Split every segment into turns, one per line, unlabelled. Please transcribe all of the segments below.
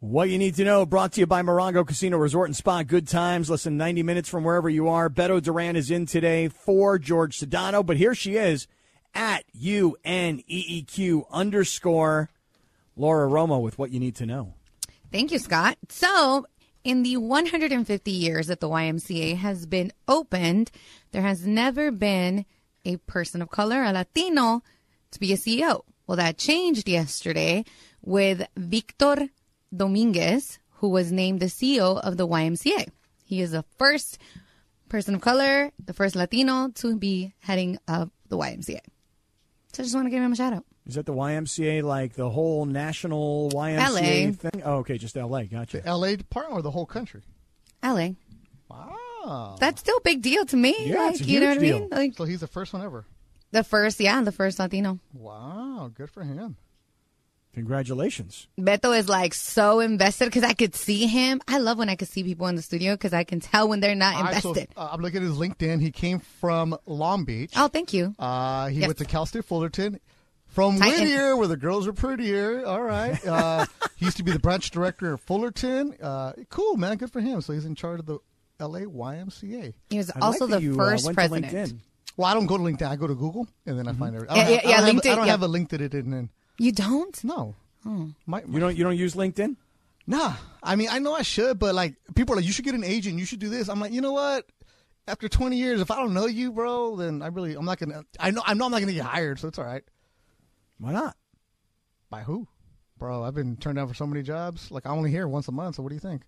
What you need to know brought to you by Morongo Casino Resort and Spa. Good times. Less than 90 minutes from wherever you are. Beto Duran is in today for George Sedano, but here she is at UNEEQ E underscore Laura Romo with what you need to know.
Thank you, Scott. So, in the 150 years that the YMCA has been opened, there has never been a person of color, a Latino, to be a CEO. Well, that changed yesterday with Victor Dominguez, who was named the CEO of the YMCA. He is the first person of color, the first Latino to be heading of the YMCA. So, I just want to give him a shout out.
Is that the YMCA, like the whole national YMCA
LA.
thing? Oh, okay, just LA. Gotcha.
LA department or the whole country?
LA.
Wow.
That's still a big deal to me.
Yeah,
like,
it's a
you know what
huge
I mean? Like,
So he's the first one ever.
The first, yeah, the first Latino.
Wow. Good for him.
Congratulations.
Beto is like so invested because I could see him. I love when I could see people in the studio because I can tell when they're not
All right, so,
invested.
uh, I'm looking at his LinkedIn. He came from Long Beach.
oh, thank you.
Uh, he
Yes.
went to Cal State Fullerton. From
Titan.
Whittier, where the girls are prettier. All right. Uh, he used to be the branch director of Fullerton. Uh, cool, man. Good for him. So he's in charge of the LA YMCA.
He was
I
also
like that
the
you, uh,
first
went to LinkedIn.
president.
Well, I don't go to LinkedIn. I go to Google and then I find everything. I
Mm-hmm. Yeah,
don't, have,
yeah,
I don't,
yeah, Hmm.
have, I don't
LinkedIn,
have a LinkedIn in. in-
You don't?
No. My,
You don't you don't use LinkedIn?
Nah, I mean, I know I should, but like, people are like, you should get an agent, you should do this. I'm like, you know what? After 20 years, if I don't know you, bro, then I really, I'm not gonna. I know, I know, I'm not gonna get hired, so it's all right.
Why not?
By who, bro? I've been turned down for so many jobs. Like, I'm only here once a month. So what do you think?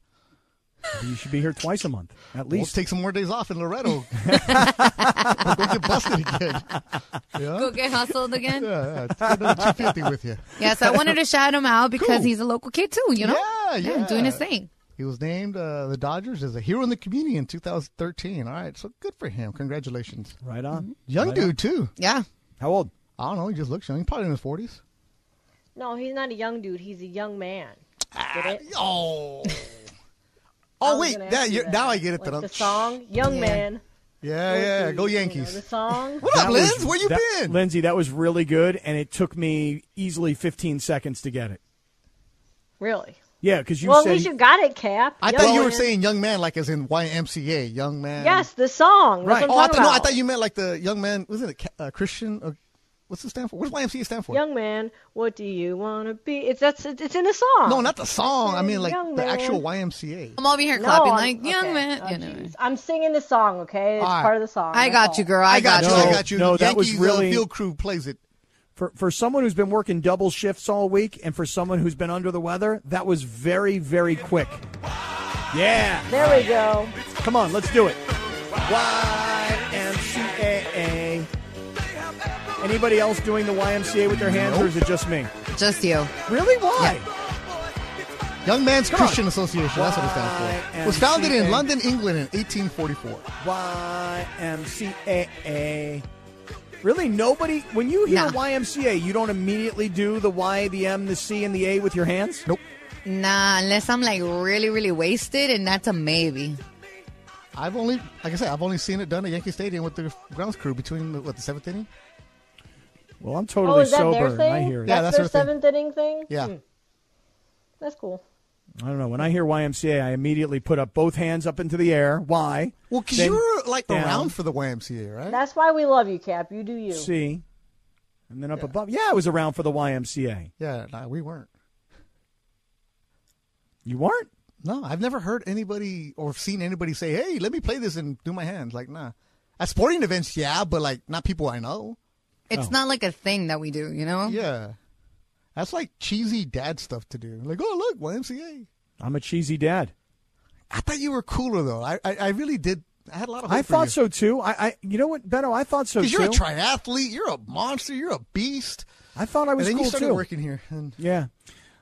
You should be here twice a month at
We'll
least.
take some more days off in Loretto. We'll go get busted again. Yeah,
Go get hustled again. yeah.
yeah, yeah. Take another 250 with you.
so I wanted to shout him out because
Cool.
he's a local kid too, you know?
Yeah, yeah.
Doing his thing.
He was named uh, the Dodgers as a hero in the community in 2013. All right, so good for him. Congratulations,
right on.
Mm-hmm.
young
Right on.
dude too.
Yeah.
How old?
I don't know. He just looks young. He's probably in his forties.
No, he's not a young dude. He's a young man. Get it?
Oh.
I
oh
was
wait.
gonna
That,
ask you
you're,
that.
now I get it.
Like
that I'm-
the song, young
Yeah.
man.
Yeah, yeah. Go
You know,
Yankees.
the song.
What up,
That was-
Liz? Where you
that-
been?
Lindsay, that was really good, and it took me easily 15 seconds to get it.
Really?
Yeah, because you
well,
said
at least you got it, Cap.
I
Young
thought you were
man.
saying young man, like as in YMCA, young man.
Yes, the song. That's
Right.
What
Oh, I
I'm
thought,
talking
no,
about.
I thought you meant like the young man. Wasn't it Ca- uh, Christian? Or, what's it stand for? What does YMCA stand for?
Young man, what do you want to be? It's that's it's in the song.
no, not the song. I mean like
Young
the
man.
actual YMCA.
I'm over here
No,
clapping
I'm-
like, young
okay.
man.
Oh,
you know.
jeez. I'm singing the song. Okay, it's
All right.
part of the song.
I
that's all.
got you, girl. I, got,
you.
I
you.
got you.
No,
the
that was
Yankees,
really-
uh, field crew plays it.
for for someone who's been working double shifts all week, and for someone who's been under the weather, that was very very quick. Yeah,
There we go.
come on, let's do it. YMCAA. Anybody else doing the YMCA with their hands, or is it just me?
Just you.
Really? Why?
Young Man's
on.
Christian Association. That's what it stands for. Was
YMCA.
founded in London, England in 1844.
YMCAA. Really, nobody. When you hear
No.
YMCA, you don't immediately do the Y, the M, the C, and the A with your hands.
Nope.
Nah, unless I'm like really, really wasted, and that's a maybe.
I've only, like I said, I've only seen it done at Yankee Stadium with the grounds crew between the, what the seventh inning.
Well, I'm
Oh,
totally
is that
sober.
their
and I
thing?
hear it.
Yeah,
that's,
that's
their
their thing.
seventh inning thing.
Yeah,
Hmm, that's cool.
I don't know. When I hear YMCA, I immediately put up both hands up into the air. Why?
well, because
Then
you were like
down,
around for the YMCA, right?
That's why we love you, Cap. You do you.
C, and then up above. Yeah, I was around for the YMCA.
yeah, nah, we weren't.
You weren't.
No, I've never heard anybody or seen anybody say, "Hey, let me play this and do my hands." Like, nah. At sporting events, yeah, but like not people I know.
It's not like a thing that we do, you know?
Yeah, that's like cheesy dad stuff to do. Like, oh look, YMCA.
I'm a cheesy dad.
I thought you were cooler though. I I, I really did. I had a lot of. Hope
I
for
thought
you.
so too. I, I, you know what, Benno? I thought so too.
Because you're a triathlete, you're a monster, you're a beast.
I thought I was
and then
cool
you started
too.
working here. And
Yeah.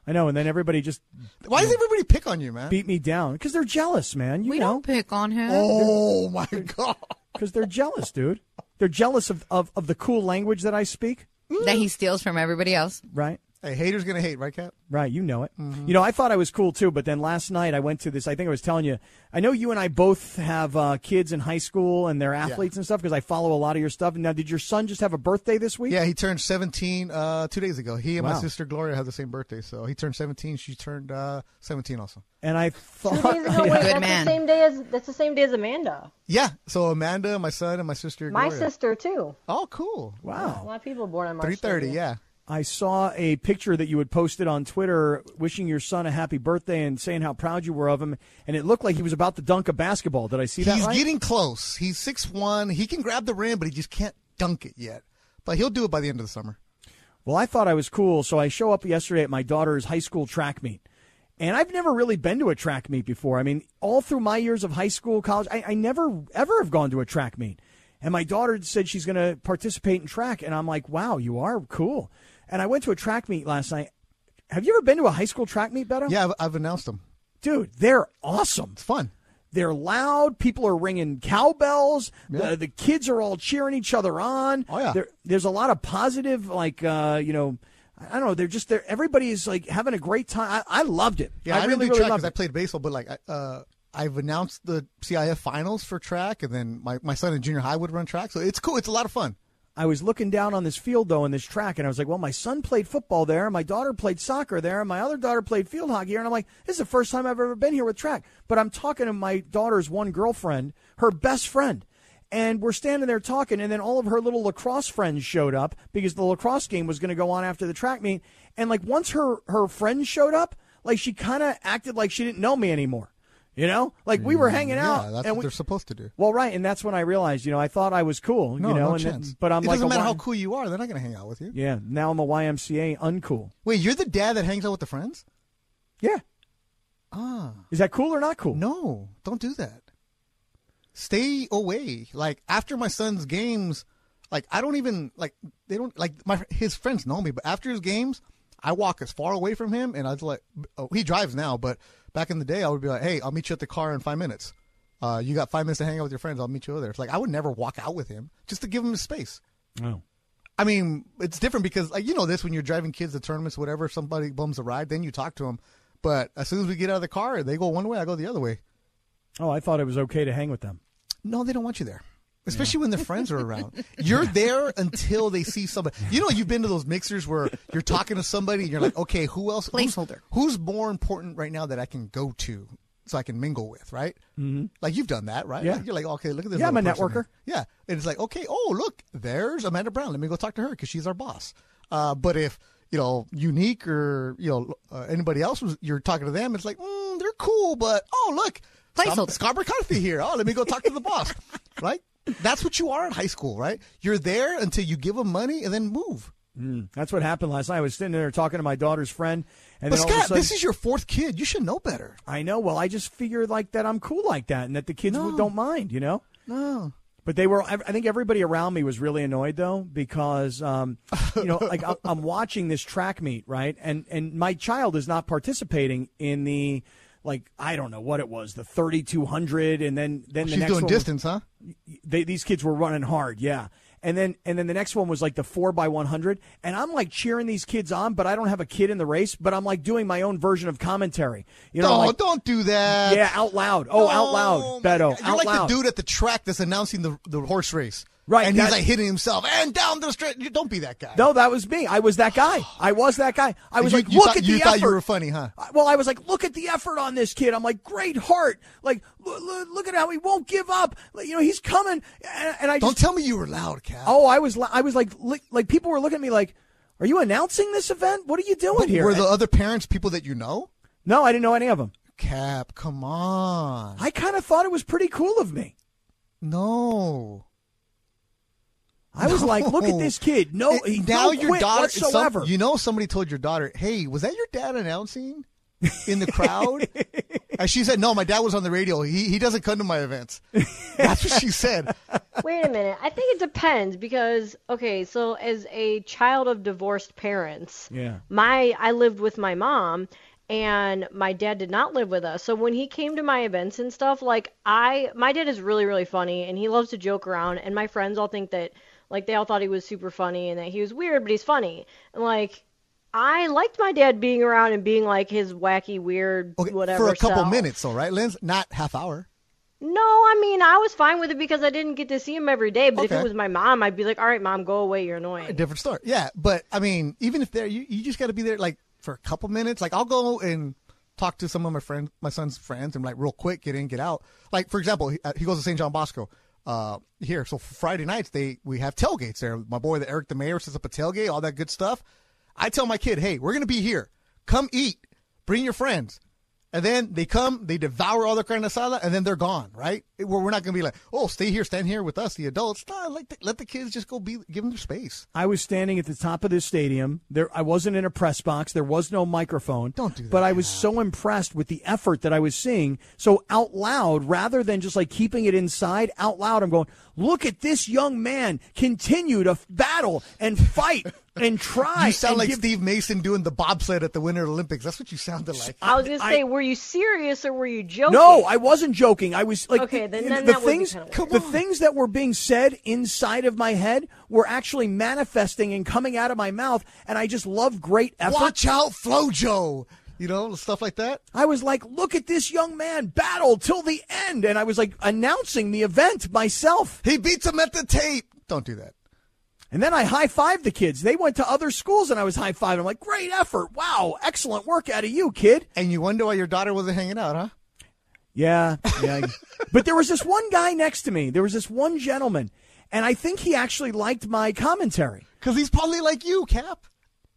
I know, and then everybody just
Why does everybody pick on you, man?
beat me down because they're jealous, man. You
we
know,
don't pick on him.
oh my god!
because they're jealous, dude. They're jealous of, of of the cool language that I speak,
That he steals from everybody else.
right?
Hey, haters gonna hate, right, Cap?
Right, you know it.
Mm-hmm.
You know, I thought I was cool too, but then last night I went to this. I think I was telling you. I know you and I both have uh, kids in high school and they're athletes and stuff because I follow a lot of your stuff. Now, did your son just have a birthday this week?
Yeah, he turned 17 uh, two days ago. He and
Wow.
my sister Gloria had the same birthday, so he turned 17. She turned uh, 17 also.
And I
Two
thought,
days ago, wait, that's
man.
the same day as that's the same day as Amanda.
Yeah, so Amanda, my son, and my sister.
My
Gloria.
sister too.
Oh, cool.
A
wow.
lot of people born on March.
3:30.
30th.
Yeah.
I saw a picture that you had posted on Twitter wishing your son a happy birthday and saying how proud you were of him. And it looked like he was about to dunk a basketball. Did I see that
He's
right?
getting close. He's six one. He can grab the rim, but he just can't dunk it yet. But he'll do it by the end of the summer.
Well, I thought I was cool, so I show up yesterday at my daughter's high school track meet. And I've never really been to a track meet before. I mean, all through my years of high school, college, I, I never, ever have gone to a track meet. And my daughter said she's going to participate in track. And I'm like, wow, you are cool. And I went to a track meet last night. Have you ever been to a high school track meet, Beto?
Yeah, I've, I've announced him.
Dude, they're awesome.
It's fun.
They're loud. People are ringing cowbells. The, the kids are all cheering each other on.
Oh, yeah.
There, there's a lot of positive, like uh, you know, I don't know. They're just there. Everybody is like having a great time. I, I loved it.
Yeah, I,
really,
didn't do
really
track
loved
because
it.
I played baseball, but like I, uh, I've announced the CIF finals for track, and then my, my son in junior high would run track, so it's cool. It's a lot of fun.
I was looking down on this field though in this track, and I was like, well, my son played football there, and my daughter played soccer there, and my other daughter played field hockey here, and I'm like, this is the first time I've ever been here with track. But I'm talking to my daughter's one girlfriend, her best friend. And we're standing there talking, and then all of her little lacrosse friends showed up because the lacrosse game was going to go on after the track meet. And like once her her friends showed up, like she kind of acted like she didn't know me anymore, you know? Like we were hanging out,
Mm, yeah, that's
and
what
we,
they're supposed to do.
well, right, and that's when I realized, you know, I thought I was cool,
No,
you know,
no
and then-
chance.
but I'm
it
like,
doesn't
a
matter
Y-
how cool you are; they're not going to hang out with you.
yeah, now I'm a YMCA uncool.
Wait, you're the dad that hangs out with the friends?
Yeah,
Ah,
is that cool or not cool?
no, don't do that. Stay away. Like after my son's games, like I don't even like they don't like my his friends know me, but after his games, I walk as far away from him, and I was like, oh, he drives now, but back in the day, I would be like, hey, I'll meet you at the car in five minutes. Uh, you got five minutes to hang out with your friends. I'll meet you over there. It's like I would never walk out with him just to give him his space.
No.
I mean, it's different because like you know this when you're driving kids to tournaments, whatever. Somebody bums a ride, then you talk to them. But as soon as we get out of the car, they go one way, I go the other way.
Oh, I thought it was okay to hang with them.
No, they don't want you there, especially when their friends are around. You're there until they see somebody. You know, you've been to those mixers where you're talking to somebody and you're like, okay, who else? who's-
Placeholder.
Who's, more important right now that I can go to? So I can mingle with, right? Mm-hmm. Like you've done that, right?
Yeah.
Like, you're like, okay, look at this.
Yeah, I'm
little
a
person
networker.
here. Yeah, and it's like, okay, oh look, there's Amanda Brown. Let me go talk to her because she's our boss. Uh, but if you know Unique or you know uh, anybody else was, you're talking to them, it's like mm, they're cool, but oh look, some,
Placeholder.
Scarborough Coffee here. Oh, let me go talk to the boss, right? That's what you are in high school, right? You're there until you give them money and then move.
That's what happened last night. I was sitting there talking to my daughter's friend, and
But
then all of a
Scott,
sudden,
this is your fourth kid. You should know better.
I know. Well, I just figure like that I'm cool like that, and that the kids w- don't mind, you know.
No.
But they were. I I think everybody around me was really annoyed though, because um, you know, like I- I'm watching this track meet, right? And and my child is not participating in the, like I don't know what it was, the 3200, and then then the
She's
next
doing
one was-
distance, huh?
they, these kids were running hard, yeah. And then and then the next one was like the four by one hundred, and I'm like cheering these kids on, but I don't have a kid in the race, but I'm like doing my own version of commentary, you know,
No,
like,
don't do that.
yeah, out loud, oh, out
Oh,
loud,
my
Beto,
God. You're
out
like
loud,
the dude at the track that's announcing the, the horse race.
Right,
And he's
that's-
like hitting himself and down the straight. You- Don't be that guy.
No, that was me. I was that guy. I was that guy. I was
You-
like,
you
look
thought-
at
you
the
thought
effort.
you were funny, huh?
I- Well, I was like, look at the effort on this kid. I'm like, great heart. Like, l- l- look at how he won't give up. Like, You know, he's coming. And, and I just
Don't tell me you were loud, Cal.
Oh, I was li- I was like li- like people were looking at me like, "Are you announcing this event? What are you doing here?"
were the other parents people that you know?
no, I didn't know any of them.
Cap, come on.
I kind of thought it was pretty cool of me.
No.
I was like, "Look at
No.
this kid! No,
And
he,
now
no
your
quit
daughter. some-
whatsoever."
you know, somebody told your daughter, "Hey, was that your dad announcing in the crowd?" and she said, "No, my dad was on the radio. He he doesn't come to my events." That's what she said.
Wait a minute. I think it depends because okay, so as a child of divorced parents,
Yeah.
my I lived with my mom and my dad did not live with us. So when he came to my events and stuff, like I my dad is really really funny and he loves to joke around and my friends all think that like they all thought he was super funny and that he was weird, but he's funny. And like I liked my dad being around and being like his wacky, weird,
Okay,
whatever.
for a couple
self.
minutes, all right, Linz? Not half hour.
No, I mean I was fine with it because I didn't get to see him every day. But if
Okay.
it was my mom, I'd be like, "All right, mom, go away. You're annoying."
different story. Yeah, but I mean, even if there, you, you just got to be there like for a couple minutes. Like I'll go and talk to some of my friends, my son's friends, and like real quick, get in, get out. Like for example, he, uh, he goes to St. John Bosco uh, here, so Friday nights they we have tailgates there. My boy, the Eric the Mayor, sets up a tailgate, all that good stuff. I tell my kid, hey, we're gonna be here. Come eat. Bring your friends. And then they come, they devour all their carne asada, and then they're gone, right? It- We're, we're not going to be like, oh, stay here, stand here with us, the adults. Nah, let the, let the kids just go be, give them their space.
I was standing at the top of this stadium. There, I wasn't in a press box. There was no microphone.
Don't do that,
But I was so impressed with the effort that I was seeing. So out loud, rather than just like keeping it inside, out loud, I'm going, look at this young man continue to f- battle and fight and try.
You sound
and
like
give-
Steve Mason doing the bobsled at the Winter Olympics. That's what you sounded like.
I was gonna
I-
say, were you serious or were you joking?
No, I wasn't joking. I was like,
Okay, then-
the,
then
the
that would be
things
kinda weird.
the things that were being said inside of my head were actually manifesting and coming out of my mouth, and I just love great effort.
Watch out, Flojo. You know, stuff like that.
I was like, look at this young man battle till the end, and I was like announcing the event myself.
He beats him at the tape. Don't do that.
And then I high fived the kids. They went to other schools, and I was high fived. I'm like, great effort! Wow, excellent work out of you, kid.
And you wonder why your daughter wasn't hanging out, huh?
Yeah, yeah. but there was this one guy next to me. There was this one gentleman, and I think he actually liked my commentary.
Because he's probably like you, Cap.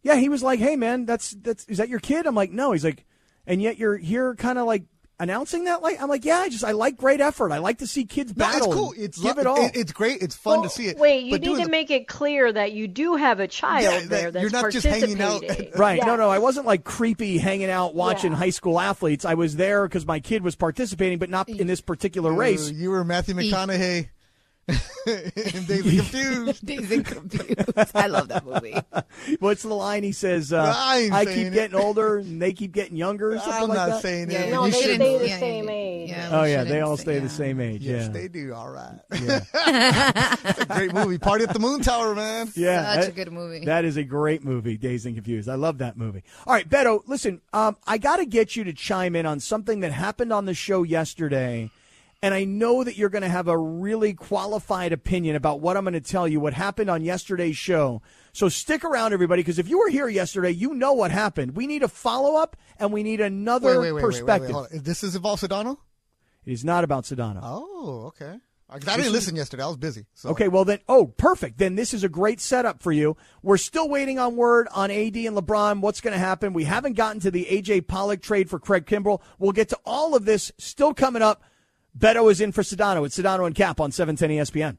Yeah, he was like, "Hey, man, that's that's is that your kid?" I'm like, "No." He's like, "And yet you're here, kind of like announcing that." Like, I'm like, "Yeah, I just I like great effort. I like to see kids
No,
battle.
it's cool.
and
It's
give
lo-
it all.
it's great. It's fun to see it.
Wait, you
But
need
doing
to
the-
make it clear that you do have a child
Yeah, that
there that's
you're not just hanging out.
participating.
Right. No,
Yeah.
no. I wasn't like creepy hanging out watching
Yeah.
high school athletes. I was there because my kid was participating, but not in this particular race.
You were Matthew McConaughey. and Daisy confused.
Dazed and confused. I love that movie.
What's the line he says? Uh,
I ain't saying
keep
it."
getting older and they keep getting younger. Or something
I'm
like
not
that.
saying
Yeah,
it.
No,
you
they
should
stay
know.
the same age.
Yeah,
Oh
we
yeah, they
shouldn't
all
say-
stay
yeah.
the same age.
Yes,
yeah.
they do. All right.
yeah.
Great movie. Party at the Moon Tower, man.
Yeah,
Such a
that-
good movie.
That is a great movie, Dazed and Confused. I love that movie. All right, Beto, listen, um, I got to get you to chime in on something that happened on the show yesterday, and I know that you're going to have a really qualified opinion about what I'm going to tell you. What happened on yesterday's show? So stick around, everybody, because if you were here yesterday, you know what happened. We need a follow up, and we need another perspective.
Wait, wait, hold on. This is Evolve Sedano?
It is not about Sedano.
Oh, okay. I 'cause I didn't listen yesterday. I was busy. So.
Okay, well then, oh, perfect. Then this is a great setup for you. We're still waiting on word on AD and LeBron. What's going to happen? We haven't gotten to the AJ Pollock trade for Craig Kimbrell. We'll get to all of this still coming up. Beto is in for Sedano. It's Sedano and Cap on E 710 ESPN.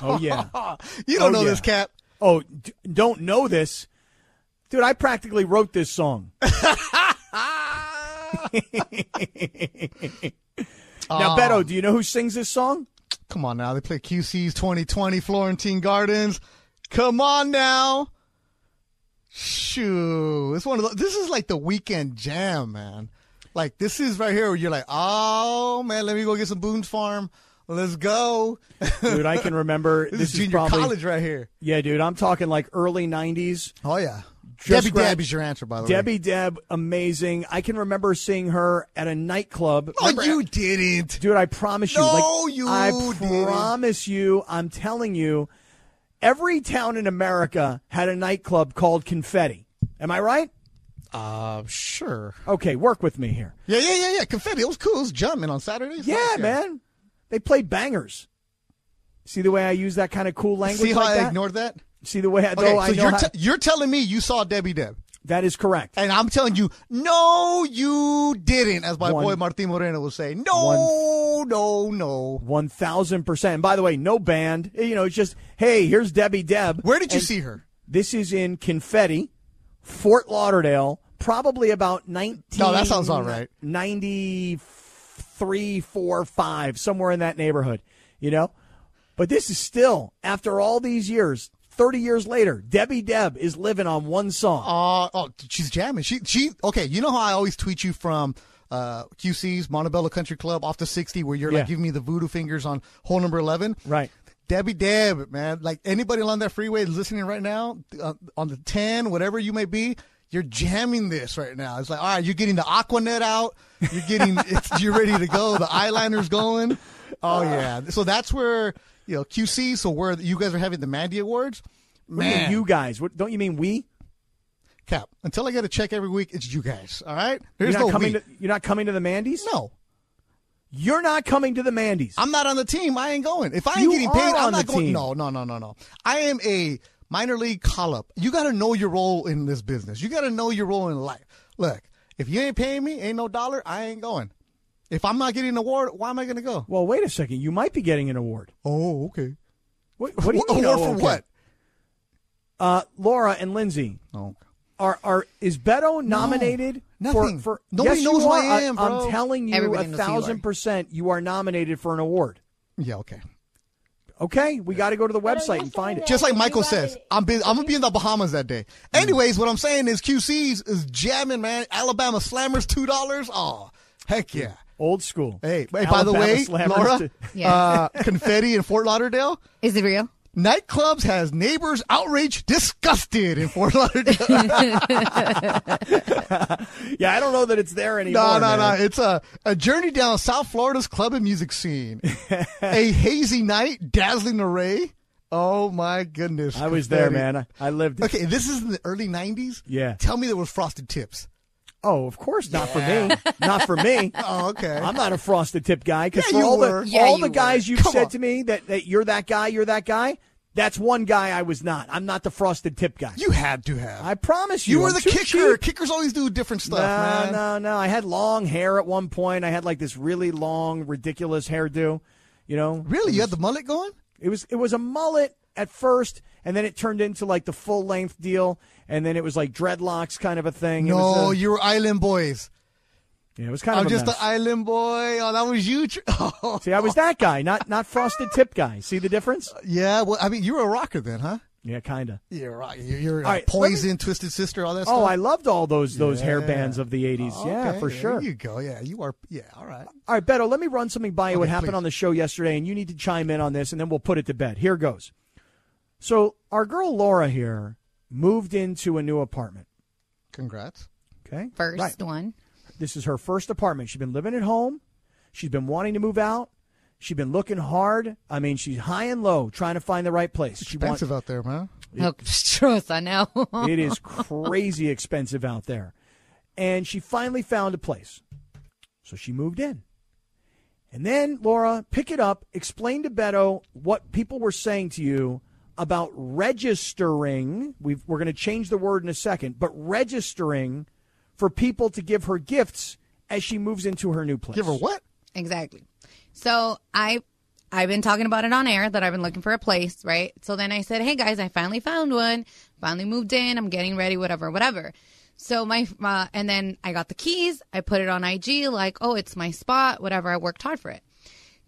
Oh yeah.
You don't
Oh,
know
yeah.
this cat.
oh, d- don't know this, dude. I practically wrote this song.
Oh.
now, Beto, do you know who sings this song?
Come on now. They play QC's 2020 Florentine Gardens. Come on now. Shoo. It's one of those. This is like the weekend jam, man. Like, this is right here where you're like, oh, man, let me go get some Boone's Farm. Let's go. this,
Dude, I can remember. this,
is junior
probably,
college right here.
Yeah, dude, I'm talking like early '90s.
Oh, yeah.
Just
Debbie
grab-
Dab is your answer, by the way.
Debbie Deb, amazing. I can remember seeing her at a nightclub.
Oh,
Remember-
you didn't.
dude, I promise you.
No,
like,
you
I
didn't.
promise you. I'm telling you, every town in America had a nightclub called Confetti. Am I right?
Uh, sure.
Okay, work with me here.
Yeah, yeah, yeah, yeah. Confetti. It was cool. It was jumping on Saturdays.
Yeah,
last year.
man, they played bangers. See the way I use that kind of cool language
See how
like
I
that?
ignored that?
See the way I,
Okay,
though I
so
know
you're,
how-
te- you're telling me you saw Debbie Deb,
that is correct.
and I'm telling you, no, you didn't, as my
One-
boy Martin Moreno will say. No, no, no.
One thousand percent. By the way, no band. You know, it's just hey, here's Debbie Deb.
Where did you
And
see her?
This is in Confetti, Fort Lauderdale, probably about nineteen.
No, that sounds all right.
Ninety-three, four, five, somewhere in that neighborhood. You know, but this is still after all these years, thirty years later, Debbie Deb is living on one song.
Uh, oh, she's jamming. She, she. Okay, you know how I always tweet you from uh, QC's Montebello Country Club off the 60, where you're
Yeah.
like giving me the voodoo fingers on hole number 11.
Right.
Debbie Deb, man. Like anybody along that freeway listening right now, uh, on the 10, whatever you may be, you're jamming this right now. It's like, all right, you're getting the Aquanet out. You're getting, it's, you're ready to go. The eyeliner's going.
Ah.
Oh, yeah. So that's where, you know, QC, so where you guys are having the Mandy Awards.
What do you mean,
Man,
you guys. What, don't you mean we?
Cap, until I get a check every week, it's you guys. All right?
You're
There's
not
no
coming.
we.
To, you're not coming to the Mandy's.
No.
You're not coming to the Mandy's.
I'm not on the team. I ain't going. If I ain't
You
getting
are
paid,
on
I'm
the
not going.
team.
No, no, no, no, no. I am a minor league call up. You got to know your role in this business. You got to know your role in life. Look, if you ain't paying me, ain't no dollar, I ain't going. If I'm not getting an award, why am I going to go?
Well, wait a second. You might be getting an award.
Oh, okay.
What, what do you mean?
award
oh,
for
okay.
what?
Uh, Laura and Lindsay
Oh,
are are is Beto nominated
nothing.
for for?
Nobody
yes,
knows
you
who
are.
I am, bro.
I'm telling you,
Everybody
a
knows who you are.
thousand percent, you are nominated for an award.
yeah, okay.
Okay, we got to go to the website and find it.
Just like Michael says, I'm bu- I'm gonna be in the Bahamas that day. Anyways, what I'm saying is QC's is jamming, man. Alabama Slammers two dollars. Oh, heck yeah.
Old school.
Hey, hey, by
Alabama
the way,
Slammers
Laura,
to-
Yeah.
uh, confetti in Fort Lauderdale.
Is it real?
Nightclubs has neighbors outraged, disgusted in Fort Lauderdale.
yeah, I don't know that it's there anymore.
no, no,
man.
no. It's a, a journey down South Florida's club and music scene. a hazy night, dazzling array. Oh my goodness.
I was there,
confetti.
man. I, I lived. it.
Okay, this is in the early 90s.
Yeah.
Tell me there was frosted tips.
Oh, of course, not for me. Not for me.
Oh, okay.
I'm not a frosted tip guy because
Yeah,
for
you
all
were.
the
Yeah,
all
you
the guys
were.
you've
Come
said
on.
to me that, that you're that guy, you're that guy. That's one guy I was not. I'm not the frosted tip guy.
you had to have.
I promise you.
you were
I'm
the
too
kicker.
cheap.
Kickers always do different stuff,
No,
man.
no, no. I had long hair at one point. I had like this really long, ridiculous hairdo. You know,
Really? You had the mullet going?
it was it was a mullet at first, and then it turned into like the full length deal, and then it was like dreadlocks kind of a thing. it
No,
was a-
you were Island Boys.
yeah, it was kind
I'm
of a
just
mess.
an island boy. Oh, that was you. Tr- Oh.
See, I was that guy, not not frosted tip guy. See the
Uh,
difference?
Yeah, well, I mean, you were a rocker then, huh?
Yeah, kinda.
You're a rock. You're, you're uh,
All right,
Poison, Twisted Sister, all that stuff.
Oh, I loved all those those hair
Yeah.
bands of the '80s.
Oh, Okay,
yeah, for
there
sure.
you go. Yeah, you are. Yeah, all right.
All right, Beto, let me run something by you. what
Okay,
happened
please.
on the show yesterday, and you need to chime in on this, and then we'll put it to bed. Here goes. So our girl Laura here moved into a new apartment.
Congrats.
Okay,
First
Right.
one.
This is her first apartment. She's been living at home. She's been wanting to move out. She's been looking hard. I mean, she's high and low trying to find the right place. She wants
Expensive out there, man.
Oh, trust I know.
it is crazy expensive out there. And she finally found a place. So she moved in. And then, Laura, pick it up. Explain to Beto what people were saying to you about registering. We've, we're going to change the word in a second, but registering for people to give her gifts as she moves into her new place.
Give her what?
Exactly. So I I've been talking about it on air that I've been looking for a place, right? So then I said, "Hey guys, I finally found one. Finally moved in. I'm getting ready, whatever, whatever." So my uh, and then I got the keys. I put it on IG like, "Oh, it's my spot, whatever. I worked hard for it."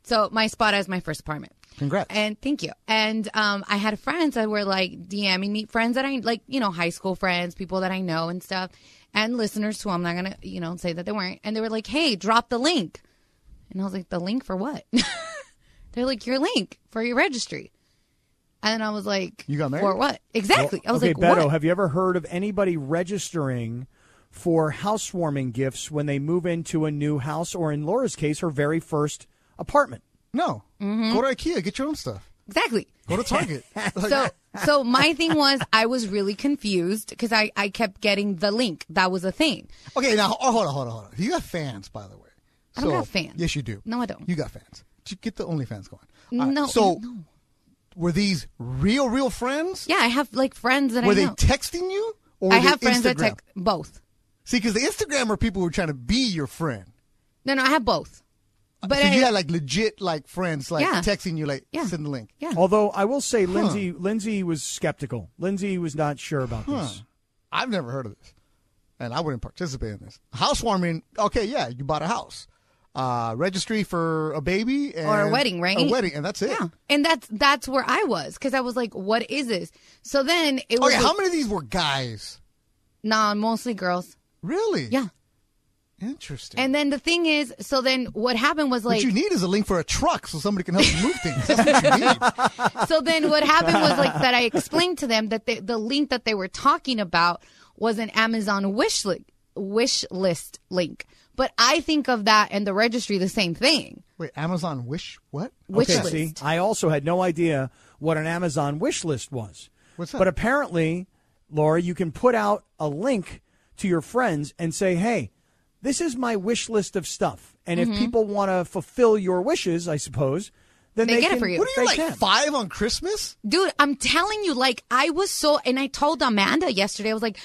So my spot as my first apartment.
Congrats.
And thank you. And um, I had friends that were like DMing me, friends that I like, you know, high school friends, people that I know and stuff, and listeners who I'm not gonna, you know, say that they weren't. And they were like, "Hey, drop the link." And I was like, the link for what? They're like, your link for your registry. And then I was like,
You got married?
For what? Exactly. I was
okay,
like,
Beto,
what?
have you ever heard of anybody registering for housewarming gifts when they move into a new house, or in Laura's case, her very first apartment?
No. Go to IKEA. Get your own stuff.
exactly.
Go to Target. Like,
So, so my thing was, I was really confused because I, I kept getting the link. That was a thing.
okay, now oh, hold on, hold on, hold on. You got fans, by the way.
I don't
So-
got fans.
Yes, you do.
No, I don't.
You got fans. Get the OnlyFans going. All right,
No,
Uh, So
no.
were these real, real friends?
Yeah, I have like friends that
were
I
they
know.
texting you? Or were
I
they
have friends that
Instagram?
text both.
See, because the Instagram are people who are trying to be your friend.
No, no, I have both. But
Uh, so
I,
you had like legit like friends like
Yeah.
texting you like
Yeah.
send the link.
yeah,
Although I will say, Lindsay, Lindsay was skeptical. Lindsay was not sure about this.
I've never heard of this, and I wouldn't participate in this. Housewarming, okay, yeah, you bought a house, uh, registry for a baby and
or a wedding, right?
A wedding, and that's it.
Yeah, and that's that's where I was because I was like, "What is this?" So then it was
Okay,
like,
Oh, how many of these were guys?
nah, mostly girls.
Really?
Yeah,
Interesting.
and then the thing is, so then what happened was
what
like,
you need is a link for a truck so somebody can help you move things. That's what you need.
so then what happened was like that I explained to them that the, the link that they were talking about was an Amazon wish list, wish list link. But I think of that and the registry the same thing.
Wait, Amazon Wish? What?
Wish
okay,
list.
see, I also had no idea what an Amazon wish list was.
What's that?
But apparently, Laura, you can put out a link to your friends and say, "Hey, this is my wish list of stuff." And
Mm-hmm.
if people want to fulfill your wishes, I suppose, then
They
they,
get it
can-
for you.
What are you
they
like
can.
five on Christmas?
Dude, I'm telling you, like, I was so, and I told Amanda yesterday, I was like,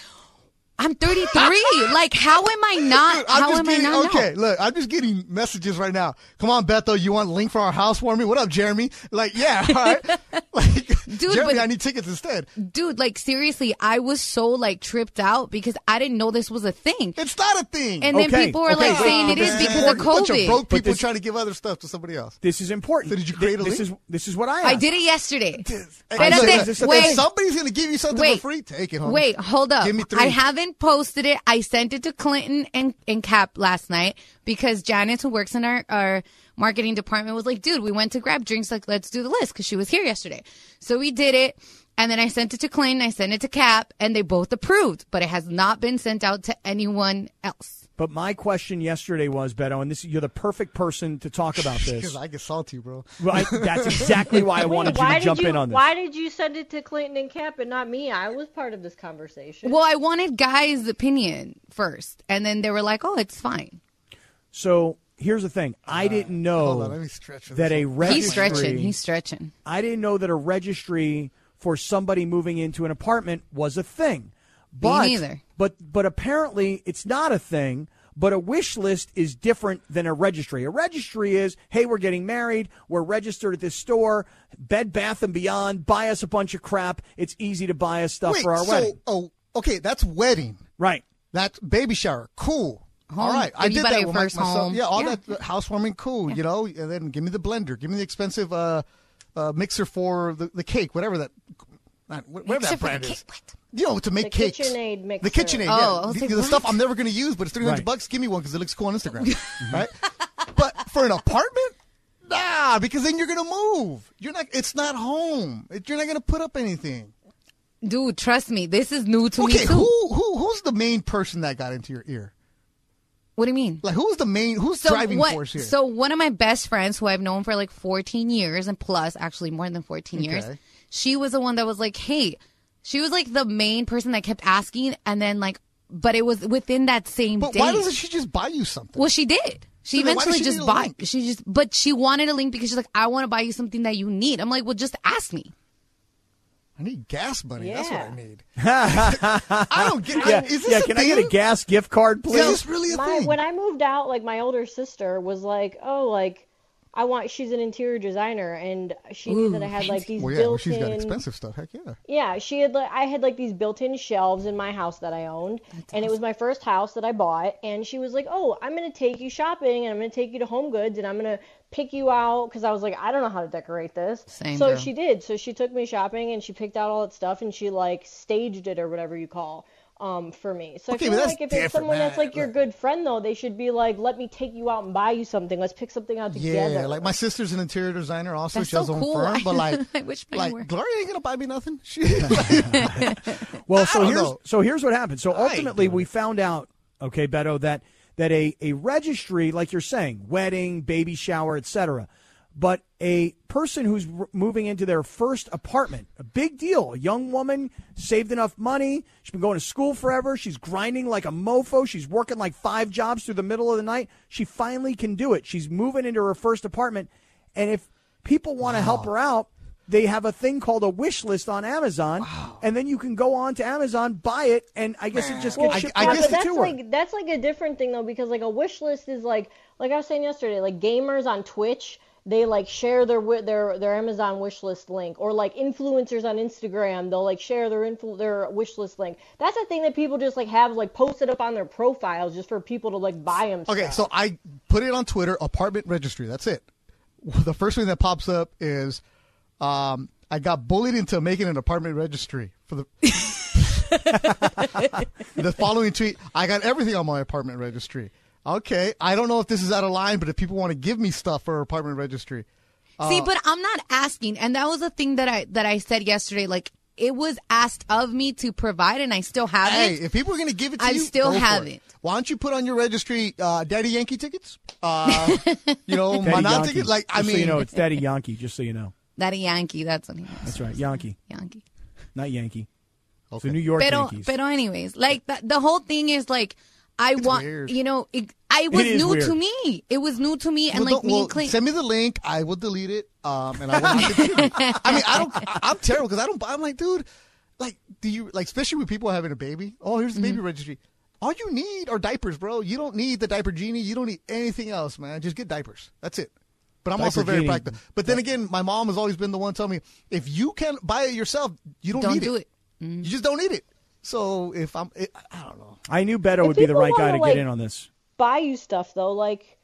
I'm 33. like, how am I not?
Dude,
how
just
am
getting,
I not? know?
Okay, look, I'm just getting messages right now. Come on, Betho, you want a link for our housewarming? What up, Jeremy? Like, yeah, all right. like,
Dude,
Jeremy,
but-
I need tickets instead.
Dude, like, seriously, I was so, like, tripped out because I didn't know this was a thing.
It's not a thing.
And then
Okay,
people were,
okay,
like,
but-
saying
but
it
this
is
is
because of
A bunch of
COVID.
broke people
this-
trying to give other stuff to somebody else.
This is important.
So did you create a
This
link?
is this is what I
I
asked.
did it yesterday.
Hey,
Espérate,
look,
This
look,
is-
wait.
if somebody's going to give you something
Wait.
for free, take it home.
Wait, hold up.
Give me three.
I haven't posted it. I sent it to Clinton and, and Cap last night because Janice, who works in our, our marketing department, was like, dude, we went to grab drinks. Like, let's do the list because she was here yesterday. So we did it. And then I sent it to Clinton. I sent it to Cap and they both approved, but it has not been sent out to anyone else.
But my question yesterday was, Beto, and this you're the perfect person to talk about this.
Because I get salty, bro.
Right? That's exactly why I wanted
why
you to
did
jump
you,
in on this.
Why did you send it to Clinton and Cap and not me? I was part of this conversation.
Well, I wanted Guy's opinion first. And then they were like, oh, it's fine.
So here's the thing: I didn't know
Uh, hold on, let me stretch this
that a
one.
registry.
He's stretching. He's stretching.
I didn't know that a registry for somebody moving into an apartment was a thing. But,
neither.
But but apparently it's not a thing. But a wish list is different than a registry. A registry is, hey, we're getting married, we're registered at this store, Bed Bath and Beyond, buy us a bunch of crap. It's easy to buy us stuff
Wait,
for our
so,
wedding.
oh, okay, that's wedding.
Right.
That's baby shower. Cool. all
Home.
right. I
If you
did
buy
that
your
with my,
first
myself.
home.
Yeah, all
Yeah.
that housewarming. Cool. You know, and then give me the blender. Give me the expensive uh, uh, mixer for the, the cake, whatever that, not, wh- whatever
Mixer
that
for the
brand
cake?
is.
What?
You know, to make
The
cakes.
KitchenAid
The
mixer.
KitchenAid.
Oh,
yeah.
I was
the,
like,
the
what?
stuff I'm never going to use, but it's 300
Right.
bucks. Give me one because it looks cool on Instagram. right? But for an apartment? Nah, because then you're going to move. You're not. It's not home. It- You're not going to put up anything.
Dude, trust me. This is new to
Okay,
me, too.
who who who's the main person that got into your ear?
what do you mean?
Like who's the main who's driving
what,
force here?
So one of my best friends who I've known for like 14 years and plus, actually more than 14 years,
Okay.
she was the one that was like, hey, she was like the main person that kept asking and then like, but it was within that same
but
day.
why doesn't she just buy you something?
well, she did. She
So then why does
eventually
she need
just
a
bought.
link?
She just, but she wanted a link because she's like, I want to buy you something that you need. I'm like, well, just ask me.
I need gas money. That's what I
Yeah.
need. I don't get. I,
Yeah.
is this
yeah.
a
Can
thing?
I get a gas gift card,
Is
please?
this really a
my
thing?
when I moved out, like my older sister was like, "Oh, like I want." She's an interior designer, and she knew that I had like these
well, yeah, well,
built-in.
she's got expensive stuff. Heck yeah.
Yeah, she had like I had like these built-in shelves in my house that I owned, and it was my first house that I bought. And she was like, "Oh, I'm gonna take you shopping, and I'm gonna take you to Home Goods, and I'm gonna pick you out," because I was like, "I don't know how to decorate this."
Same,
so
girl.
she did. So she took me shopping, and she picked out all that stuff, and she like staged it or whatever you call. Um, for me, so
Okay,
I
but
feel
that's
like if
different,
it's someone that's
man.
like your
Look.
good friend, though, they should be like, "Let me take you out and buy you something. Let's pick something out
Yeah,
together."
like my sister's an interior designer. Also,
That's
she has
so
her own
cool.
firm. But like,
I wish mine
like
were.
Gloria ain't gonna buy me nothing. She, like,
Well, so
don't
here's
know.
so here's what happened. So
ain't
ultimately, we found out, okay, Beto, that that a a registry, like you're saying, wedding, baby shower, etc., but a person who's r- moving into their first apartment, a big deal. A young woman saved enough money. She's been going to school forever. She's grinding like a mofo. She's working like five jobs through the middle of the night. She finally can do it. She's moving into her first apartment, and if people want to help her out, They have a thing called a wish list on Amazon, and then you can go on to Amazon, buy it, and I guess it just gets
I-
shipped
I
Yeah,
guess
but
directly
that's
to her.
like that's like a different thing though because like a wish list is like like I was saying yesterday like gamers on Twitch they like share their wi- their their Amazon wish list link or like influencers on Instagram they'll like share their influ- their wish list link that's a thing that people just like have like posted up on their profiles just for people to like buy them
Okay, so I put it on Twitter, apartment registry. That's it. The first thing that pops up is um, I got bullied into making an apartment registry for the. the following tweet, I got everything on my apartment registry. Okay, I don't know if this is out of line, but if people want to give me stuff for apartment registry, uh,
See, but I'm not asking, and that was a thing that I that I said yesterday. Like it was asked of me to provide, and I still have
hey,
it.
if people are going to give it to
I
you,
still
go for
have
it.
it.
Why don't you put on your registry, uh, Daddy Yankee tickets? Uh, you know,
Daddy
Maná
Yankee,
tickets. Like, I
just
mean,
so you know, it's Daddy Yankee. Just so you know,
That a Yankee. That's what he was.
that's right, Yankee,
Yankee.
not Yankee. It's the New York
Pero,
Yankees.
pero anyways, like the, the whole thing is like I want
weird.
you know it, I was
is
new to
weird.
me. It was new to me, and
Well,
like
don't-
me
well,
and Clay.
Send me the link. I will delete it. Um, and I will not contribute. I mean, I don't. I- I'm terrible because I don't. I'm like, dude, like, do you like, especially with people having a baby? Oh, here's the baby
Mm-hmm.
registry. All you need are diapers, bro. You don't need the diaper genie. You don't need anything else, man. Just get diapers. That's it. But I'm also
Diaper
very
Genie.
practical. But then again, my mom has always been the one telling me if you can buy it yourself, you don't,
Don't
need
do Mm.
it. You just don't need it. So if I'm, it, I don't know.
I knew Beto would be the
people
right guy
wanna,
to
like-
get in on this.
buy you stuff though like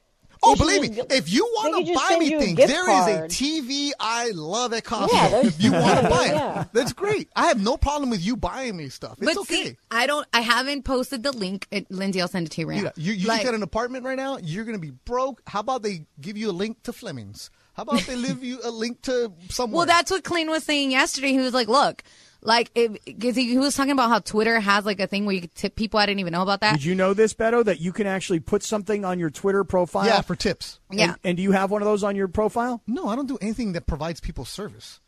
Oh,
they should
believe me,
just-
if you
they
want
could
to
just
buy
send
me
you a
things,
gift
there is
card.
a TV I love at Costco.
Yeah, there's-
if you want to buy it,
Yeah.
that's great. I have no problem with you buying me stuff. It's
but
okay.
see, I don't. I haven't posted the link. It, Lindsay, I'll send it to you right
you
now.
you, you
Like,
got an apartment right now, you're going to be broke. How about they give you a link to Fleming's? How about they leave you a link to somewhere?
Well, that's what Clean was saying yesterday. He was like, "Look, like, because he, he was talking about how Twitter has like a thing where you could tip people. I didn't even know
uh,
about that.
Did you know this, Beto, that you can actually put something on your Twitter profile?
yeah, for tips.
yeah,
And, and do you have one of those on your profile?
No, I don't do anything that provides people service.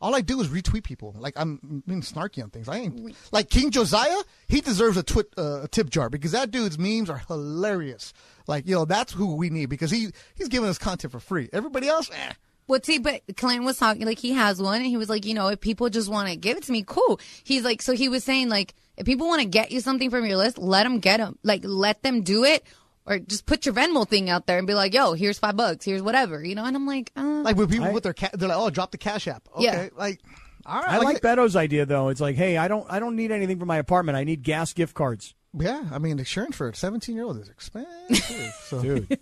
All I do is retweet people. Like I'm being snarky on things. I ain't like King Josiah. He deserves a, twit, uh, a tip jar because that dude's memes are hilarious. Like yo, that's who we need because he he's giving us content for free. Everybody else, eh.
Well, see, but Clint was talking like he has one, and he was like, you know, if people just want to give it to me, cool. He's like, so he was saying like, if people want to get you something from your list, let them get them. Like, let them do it, or just put your Venmo thing out there and be like, yo, here's five bucks, here's whatever, you know. And I'm like, uh,
like with people with their cat, they're like, oh, drop the cash app. Okay,
Yeah.
like all right,
I like
it.
Beto's idea though. It's like, hey, I don't, I don't need anything for my apartment. I need gas gift cards,
Yeah, I mean, insurance for a seventeen-year-old is expensive. So
dude.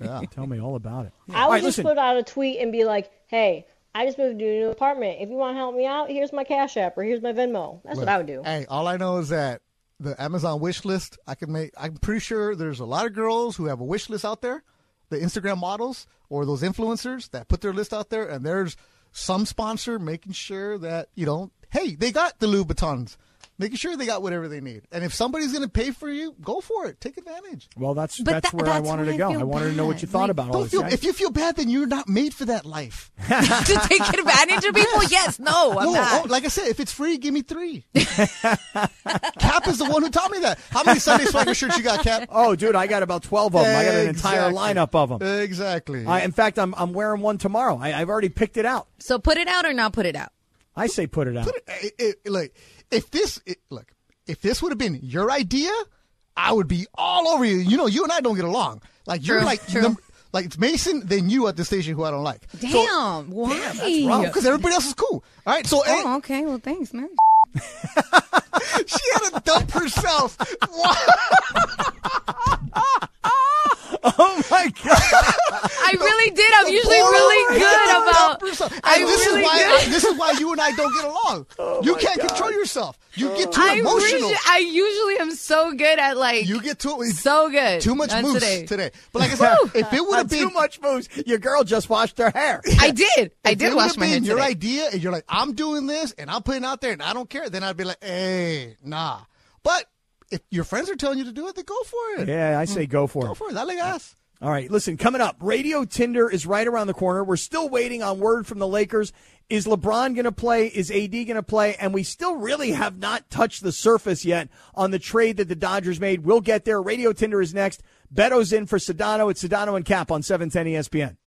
Oh.
Tell me all about it.
I
all
would
right,
just
listen.
put out a tweet and be like hey I just moved to a new apartment if you want to help me out here's my cash app or here's my Venmo that's what I would do
Hey, all I know is that the Amazon wish list, I can make. I'm pretty sure there's a lot of girls who have a wish list out there, the Instagram models or those influencers that put their list out there, and there's some sponsor making sure that you know, hey, they got the Louboutins, making sure they got whatever they need, and if somebody's going to pay for you, go for it, take advantage.
well, that's
But
that's
that-
where I
that's
wanted
why
to
I
go.
feel
I wanted to know what
bad.
you thought
Like,
about all
Don't
this.
feel
I-
if you feel bad, then you're not made for that life.
to take advantage of people? Yes, no, I'm
No,
not.
oh, like I said, if it's free, give me three. Cap is the one who taught me that. How many Sunday swagger shirts you got, Cap?
oh, dude, I got about twelve of them. I got an entire
Exactly.
lineup of them.
Exactly.
I, in fact, I'm I'm wearing one tomorrow. I, I've already picked it out.
so put it out or not put it out.
I say put it out.
It- it- look, if this it- look, if this would have been your idea, I would be all over you. You know, you and I don't get along. Like you're
True,
like
true.
number- like it's Mason, then you at the station who I don't like.
Damn, why?
Because everybody else is cool. All right, so eh, hey,
Oh, okay. Well, thanks, man.
she had to dump herself. Why?
Oh my god!
I really did. I'm usually really good about.
And
I'm
this
really
is why
good.
I- this is why you and I don't get along.
Oh
you can't control yourself. You get too
I
emotional.
usually, I usually am so good at like
you get too
so good.
Too much
Not
moose
today.
today. But like I said,
Whew.
if it would have been
Too much moves. Your girl just washed her hair.
I did. I
If it
did
would've
wash my
been
hair
Your
today.
idea, and you're like, I'm doing this, and I'm putting it out there, and I don't care. Then I'd be like, hey, nah. But if your friends are telling you to do it, then go for it.
Yeah, I say go for
Go
it.
for it. I like us.
All right, listen, coming up, Radio Tinder is right around the corner. We're still waiting on word from the Lakers. Is LeBron going to play? Is AD going to play? And we still really have not touched the surface yet on the trade that the Dodgers made. E We'll get there. Radio Tinder is next. Beto's in for Sedano. It's Sedano and Cap on 710 ESPN.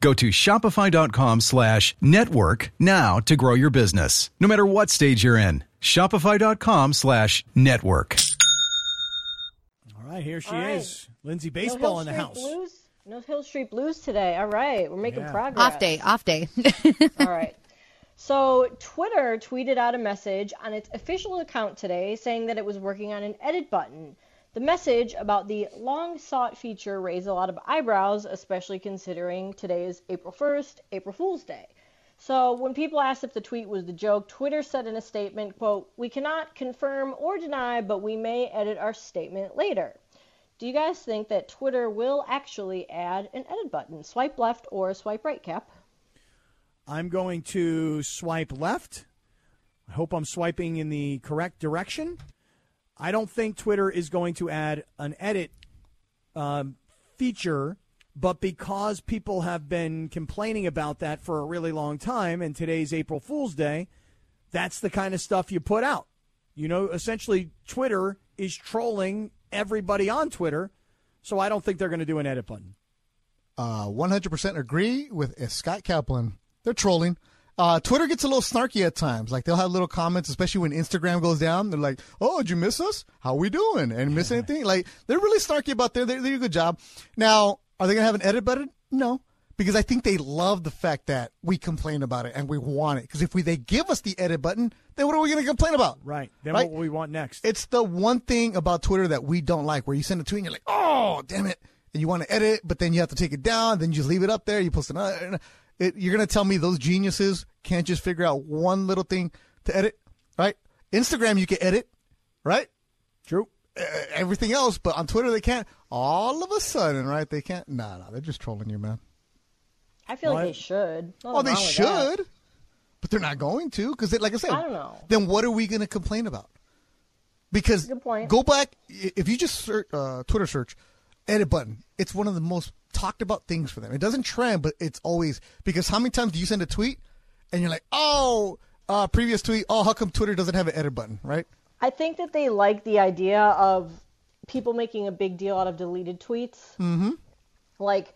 Go to shopify.com slash network now to grow your business, no matter what stage you're in. Shopify.com slash network.
All right, here she
All right.
is. Lindsay
No
Baseball
Hill
in the
Street
house.
Blues? No Hill Street Blues today. All right, we're making
Yeah.
progress.
Off day, off day.
All right. So, Twitter tweeted out a message on its official account today saying that it was working on an edit button. The message about the long sought feature raised a lot of eyebrows, especially considering today is April 1st, April Fool's Day. So, when people asked if the tweet was the joke, Twitter said in a statement, quote, "We cannot confirm or deny, but we may edit our statement later." Do you guys think that Twitter will actually add an edit button? Swipe left or swipe right, Cap?
I'm going to swipe left. I hope I'm swiping in the correct direction. I don't think Twitter is going to add an edit um, feature, but because people have been complaining about that for a really long time, and today's April Fool's Day, that's the kind of stuff you put out. You know, essentially, Twitter is trolling everybody on Twitter, so I don't think they're going to do an edit button.
Uh, 100% agree with uh, Scott Kaplan. They're trolling. Uh, Twitter gets a little snarky at times. Like they'll have little comments, especially when Instagram goes down. They're like, "Oh, did you miss us? How we doing? And miss anything?" Like they're really snarky about their. They, they do a good job. Now, are they gonna have an edit button? No, because I think they love the fact that we complain about it and we want it. Because if we they give us the edit button, then what are we gonna complain about?
Right. Then
Right.
what will we want next?
It's the one thing about Twitter that we don't like, where you send a tweet and you're like, oh, damn it. And you want to edit, but then you have to take it down. Then you just leave it up there. You post another. It, you're going to tell me those geniuses can't just figure out one little thing to edit, right? Instagram, you can edit, right?
True.
Uh, everything else, but on Twitter, they can't. All of a sudden, right? They can't. Nah, nah, they're just trolling you, man.
I feel
Why-
like they should. Nothing
Oh, they
wrong with that.
should, but they're not going to because, like I said,
I don't know.
Then what are we going to complain about? Because
Good point.
go back i- if you just search, uh, Twitter search edit button. It's one of the most talked about things for them. It doesn't trend, but it's always because how many times do you send a tweet and you're like, oh, uh, previous tweet. Oh, how come Twitter doesn't have an edit button, right?
I think that they like the idea of people making a big deal out of deleted tweets. Mm-hmm. Like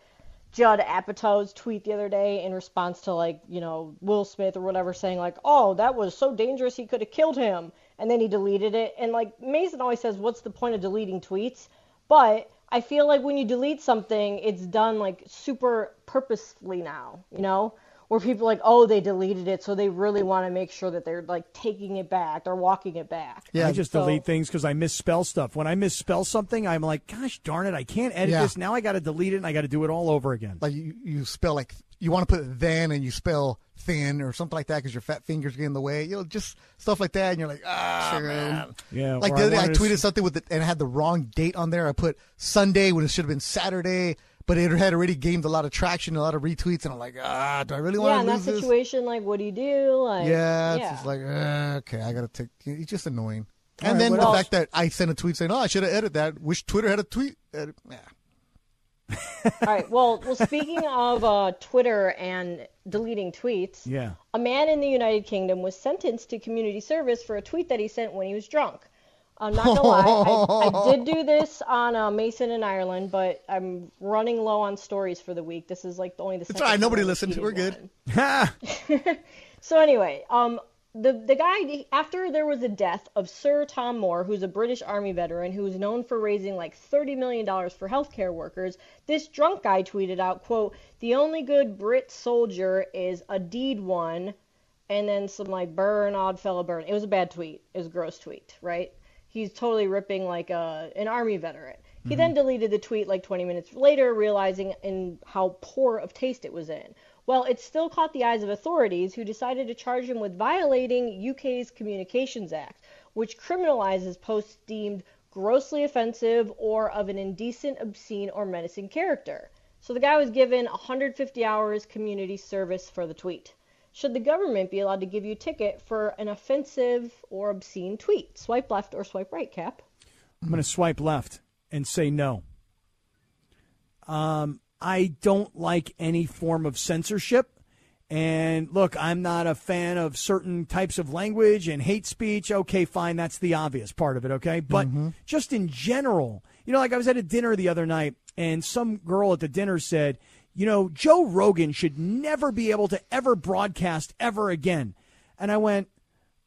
Judd Apatow's tweet the other day in response to like you know Will Smith or whatever saying like, "Oh, that was so dangerous he could have killed him," and then he deleted it. And like Mason always says, "What's the point of deleting tweets?" But I feel like when you delete something, it's done like super purposefully now, you know? Where people are like, oh, they deleted it, so they really want to make sure that they're like taking it back, they're walking it back.
Yeah,
I just
so-
delete things because I misspell stuff. When I misspell something, I'm like, gosh darn it, I can't edit
Yeah.
this. Now I got to delete it and I got to do it all over again.
Like you, you spell like you want to put then and you spell thin or something like that because your fat fingers get in the way. You know, just stuff like that. And you're like, ah,
True.
man.
Yeah,
Like
or
the
I
other day, I
wanted to
tweeted
s-
something with the, and I had the wrong date on there. I put Sunday when it should have been Saturday, but it had already gained a lot of traction, a lot of retweets, and I'm like, ah, do I really
yeah,
want
in
to
that
lose this?
situation, like, what do you do? Like,
Yeah, it's just like, uh, okay, I gotta take. It's just annoying. and
right,
then
what
the
else?
fact that I sent a tweet saying, "Oh, I should have edited that." Wish Twitter had a tweet. Edit. Yeah.
all right. Well, well, speaking of uh, Twitter and deleting tweets,
Yeah.
a man in the United Kingdom was sentenced to community service for a tweet that he sent when he was drunk. I'm not gonna lie, I, I did do this on uh, Mason in Ireland, but I'm running low on stories for the week. This is like the only the.
all right,
second
nobody
time I
listened.
repeated
We're good.
one. So anyway, um, the the guy after there was a death of Sir Tom Moore, who's a British Army veteran who was known for raising like thirty million dollars for healthcare workers. This drunk guy tweeted out, "quote The only good Brit soldier is a deed one," and then some like burn odd fellow burn. It was a bad tweet. It was a gross tweet, right? He's totally ripping like a an army veteran. He then deleted the tweet like 20 minutes later, realizing in how poor of taste it was in. Well, it still caught the eyes of authorities who decided to charge him with violating UK's Communications Act, which criminalizes posts deemed grossly offensive or of an indecent, obscene, or menacing character. So the guy was given 150 hours community service for the tweet. Should the government be allowed to give you a ticket for an offensive or obscene tweet? Swipe left or swipe right, Cap.
I'm going to swipe left and say no. Um, I don't like any form of censorship. And look, I'm not a fan of certain types of language and hate speech. Okay, fine. That's the obvious part of it. Okay. But just in general, you know, like I was at a dinner the other night and some girl at the dinner said, you know, Joe Rogan should never be able to ever broadcast ever again. And I went,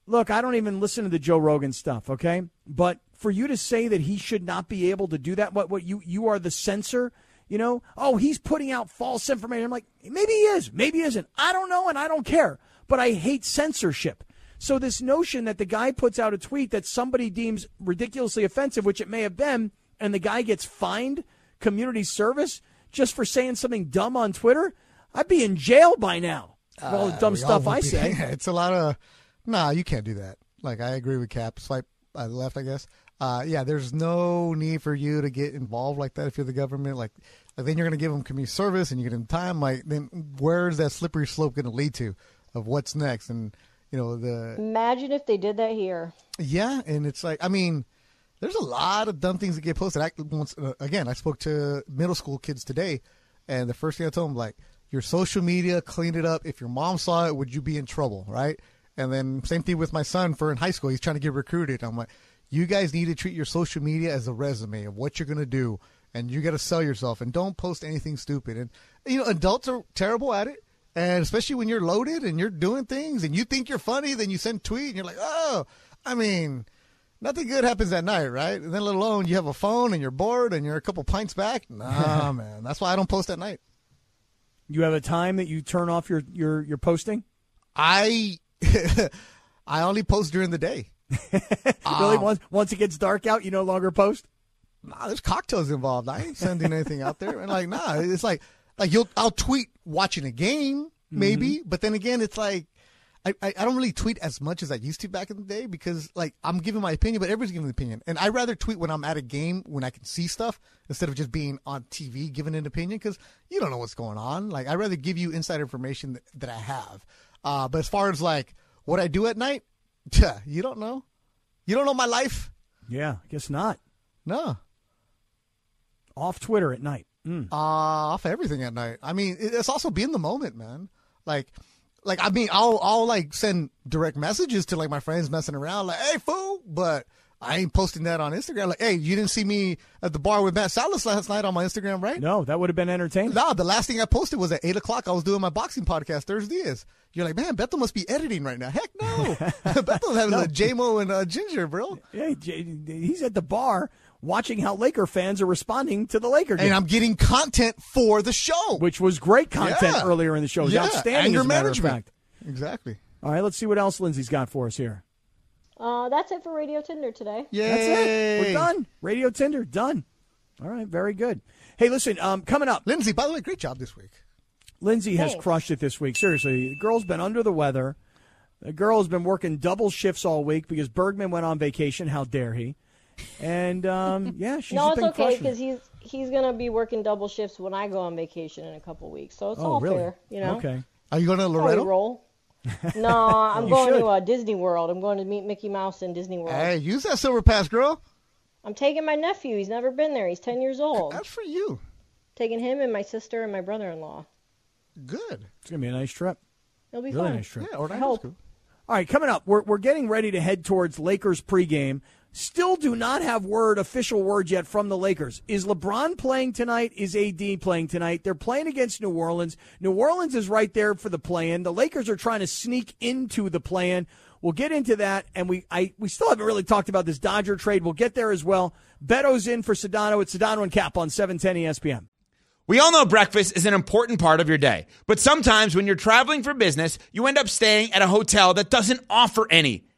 look, I don't even listen to the Joe Rogan stuff, okay? But for you to say that he should not be able to do that, what what you you are the censor, you know? Oh, he's putting out false information. I'm like, maybe he is, maybe he isn't. I don't know and I don't care. But I hate censorship. So this notion that the guy puts out a tweet that somebody deems ridiculously offensive, which it may have been, and the guy gets fined community service just for saying something dumb on Twitter, I'd be in jail by now. For all the
Uh,
dumb
we all
stuff
would
I
be.
say.
Yeah, it's a lot of. Nah, you can't do that. Like I agree with Cap. Swipe uh, left, I guess. Uh, yeah, there's no need for you to get involved like that if you're the government. Like, like then you're going to give them community service and you get them time. Like, then where's that slippery slope going to lead to? Of what's next? And you know the
Imagine if they did that here.
yeah, and it's like I mean, there's a lot of dumb things that get posted. I, once uh, again, I spoke to middle school kids today, and the first thing I told them like, your social media, clean it up. If your mom saw it, would you be in trouble, right? And then same thing with my son for in high school. He's trying to get recruited. I'm like, you guys need to treat your social media as a resume of what you're gonna do, and you got to sell yourself, and don't post anything stupid. And you know, adults are terrible at it. And especially when you're loaded and you're doing things and you think you're funny, then you send tweet and you're like, oh, I mean, nothing good happens at night, right? And then let alone you have a phone and you're bored and you're a couple pints back. Nah, man, that's why I don't post at night.
You have a time that you turn off your your your posting?
I I only post during the day. Ah.
really? Once once it gets dark out, you no longer post?
Nah, there's cocktails involved. I ain't sending anything out there. And like, nah, it's like like you'll I'll tweet watching a game maybe, but then again, it's like. I, I I don't really tweet as much as I used to back in the day because like I'm giving my opinion, but everybody's giving an opinion, and I rather tweet when I'm at a game when I can see stuff instead of just being on TV giving an opinion because you don't know what's going on. Like I rather give you inside information that, that I have. Uh, but as far as like what I do at night, you don't know, you don't know my life.
Yeah, I guess not.
No,
Off Twitter at night. Mm.
uh, off everything at night. I mean, it- it's also be in the moment, man. Like, like I mean, I'll I'll like send direct messages to like my friends messing around, like, "Hey, fool," but I ain't posting that on Instagram. Like, "Hey, you didn't see me at the bar with Matt Salas last night on my Instagram, right?"
No, that would have been entertaining.
No, the last thing I posted was at eight o'clock. I was doing my boxing podcast Thursdays. You're like, man, Bethel must be editing right now. Heck no, Bethel's having a JMO and uh, Ginger, bro.
Yeah, J- he's at the bar watching how Laker fans are responding to the Laker game,
And I'm getting content for the show.
which was great content
Yeah.
earlier in the show. It was
Yeah,
outstanding,
anger
as a matter of
management.
fact.
Exactly.
All right, let's see what else Lindsay's got for us here.
Uh, that's it for Radio Tinder today.
Yeah,
That's it. We're done. Radio Tinder, done. All right, very good. Hey, listen, um, coming up,
Lindsay, by the way, great job this week.
Lindsay has
Thanks.
crushed it this week. Seriously, the girl's been under the weather. The girl has been working double shifts all week because Bergman went on vacation. How dare he? And um, yeah, she's
no,
just
it's
been
okay
crushing. it.
because he's he's gonna be working double shifts when I go on vacation in a couple weeks, so it's
oh,
all
really?
fair, you know.
Okay.
Are you going
Oh,
to
How we
Loretto?
roll. No, I'm
You
going
should.
to uh, Disney World. I'm going to meet Mickey Mouse in Disney World.
Hey, use that silver pass, girl.
I'm taking my nephew. He's never been there. He's 10 years old.
That's for you.
Taking him and my sister and my brother-in-law.
Good.
It's going to be a nice trip.
It'll be
Really
fun.
nice trip.
Yeah, Orlando's
Help.
cool.
All right, coming up, we're, we're getting ready to head towards Lakers pregame. Still do not have word, official word yet from the Lakers. Is LeBron playing tonight? Is AD playing tonight? They're playing against New Orleans. New Orleans is right there for the play in. The Lakers are trying to sneak into the play in. We'll get into that, and we I we still haven't really talked about this Dodger trade. We'll get there as well. Beto's in for Sedano. It's Sedano and Cap on E 710 ESPN.
We all know breakfast is an important part of your day, but sometimes when you're traveling for business, you end up staying at a hotel that doesn't offer any.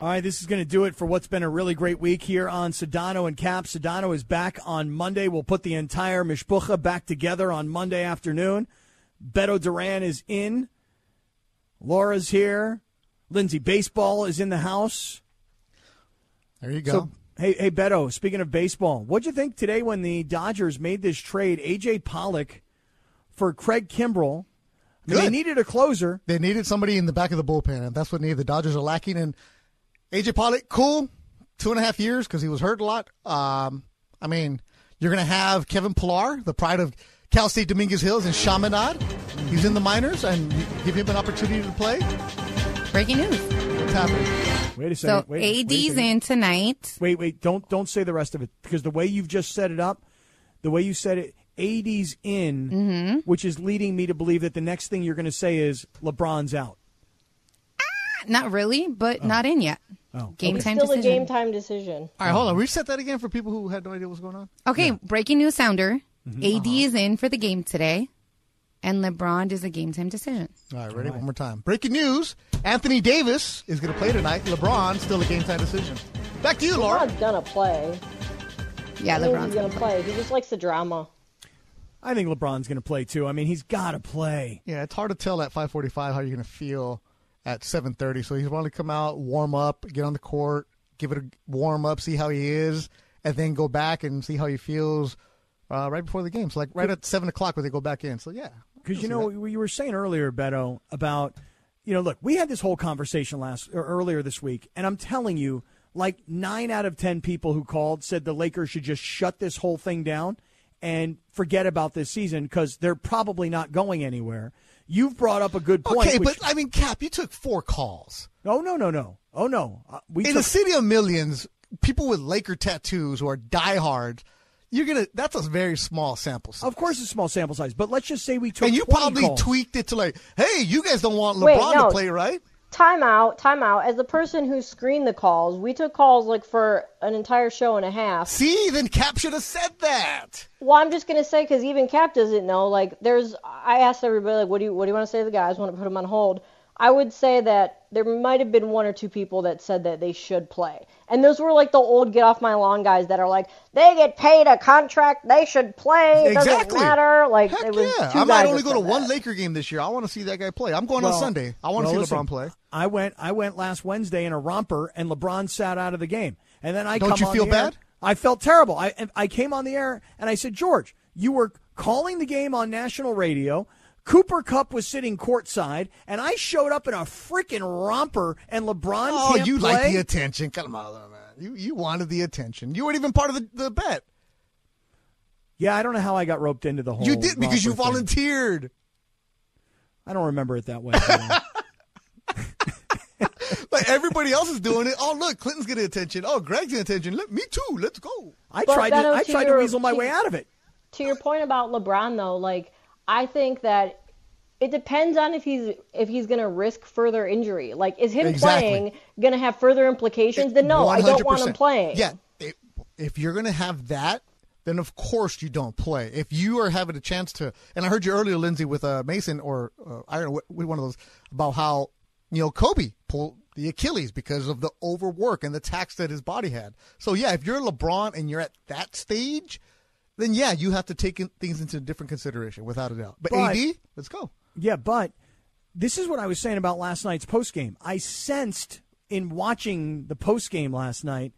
All right, this is going to do it for what's been a really great week here on Sedano and Cap. Sedano is back on Monday. We'll put the entire Mishpucha back together on Monday afternoon. Beto Duran is in. Laura's here. Lindsay Baseball is in the house.
There you go.
So, hey, hey, Beto. Speaking of baseball, what'd you think today when the Dodgers made this trade? AJ Pollock for Craig Kimbrell. I mean, they
Good.
needed a closer.
they needed somebody in the back of the bullpen, and that's what needed. The Dodgers are lacking. And AJ Pollock, cool, two and a half years because he was hurt a lot. Um, I mean, you're gonna have Kevin Pillar, the pride of Cal State Dominguez Hills and Chaminade. He's in the minors, and you give him an opportunity to play.
Breaking news.
It's happening.
Wait a second.
So
wait, wait a
AD's
second.
in tonight.
Wait, wait, don't don't say the rest of it because the way you've just set it up, the way you said it, 80s in, which is leading me to believe that the next thing you're going to say is LeBron's out.
Not really, but
Oh.
not in yet. Game time
Still a
decision.
game time decision.
All right, hold on. Reset that again for people who had no idea what was going on.
Okay, breaking news sounder.
Mm-hmm.
AD
Uh-huh.
is in for the game today, and LeBron is a game time decision.
All right, ready? One more time. Breaking news: Anthony Davis is going to play tonight. LeBron still a game time decision. Back to you, Laura.
LeBron's gonna play.
Yeah,
He knows he's
LeBron's
gonna play. He just likes the drama.
I think LeBron's going to play too. I mean, he's got to play.
Yeah, it's hard to tell at 5:45 how you're going to feel at 7:30. So he's wanted to come out, warm up, get on the court, give it a warm up, see how he is, and then go back and see how he feels uh, right before the game. So like right at seven o'clock when they go back in. So yeah,
Because you know what you were saying earlier, Beto, about you know, look, we had this whole conversation last or earlier this week, and I'm telling you, like nine out of ten people who called said the Lakers should just shut this whole thing down and forget about this season because they're probably not going anywhere. You've brought up a good point.
okay,
which-
but I mean, Cap, you took four calls
No, no, no, no. Oh no, uh, we
in
took-
a city of millions. People with Laker tattoos who are diehard, you're gonna. That's a very small sample size.
of course it's small sample size, but let's just say we
Oh,
took.
and you
20
probably
calls.
tweaked it to like, hey, you guys don't want LeBron
Wait, no.
to play, right?
Time out, time out. As the person who screened the calls, we took calls like for an entire show and a half.
See, then Cap should have said that.
Well, I'm just gonna say because even Cap doesn't know. Like, there's I asked everybody like, what do you what do you want to say to the guys? Want to put them on hold? I would say that there might have been one or two people that said that they should play, and those were like the old get off my lawn guys that are like, they get paid a contract, they should play, it doesn't
Exactly.
matter. Like,
Heck
it was
yeah.
two
I
guys
might only
that
go to
said
one
that.
Laker game this year. I want to see that guy play. I'm going
Well-
on Sunday. I want to
well,
see
listen,
LeBron play.
I went. I went last Wednesday in a romper, and LeBron sat out of the game. And then I
Don't
come
you
on
feel
the air-
bad?
I felt terrible. I and I came on the air and I said, George, you were calling the game on national radio. Cooper Cup was sitting courtside, and I showed up in a freaking romper, and LeBron
Oh,
can't
you
play.
like the attention. Come on, man. You, you wanted the attention. You weren't even part of the, the bet.
yeah, I don't know how I got roped into the whole.
Oh,
you did because you
romper thing.
volunteered.
I don't remember it that way. Beto.
Like everybody else is doing it. Oh, look, Clinton's getting attention. Oh, Greg's getting attention. Let, me too. Let's go.
I
But
tried. To,
Beto,
I
to
tried to
your-
weasel my
to-
way out of it.
to your point about LeBron though, like I think that it depends on if he's if he's going to risk further injury. Like is him
Exactly.
playing going to have further implications? Then no, I don't want him
100%.
playing.
Yeah, it- if you're going to have that, then of course you don't play. If you are having a chance to, and I heard you earlier, Lindsay, with uh, Mason or uh, I don't know, with one of those about how you know Kobe pulled the Achilles because of the overwork and the tax that his body had. So yeah, if you're LeBron and you're at that stage, then yeah, you have to take in, things into different consideration without a doubt. But,
But-
AD, let's go.
Yeah, but this is what I was saying about last night's postgame. I sensed in watching the postgame last night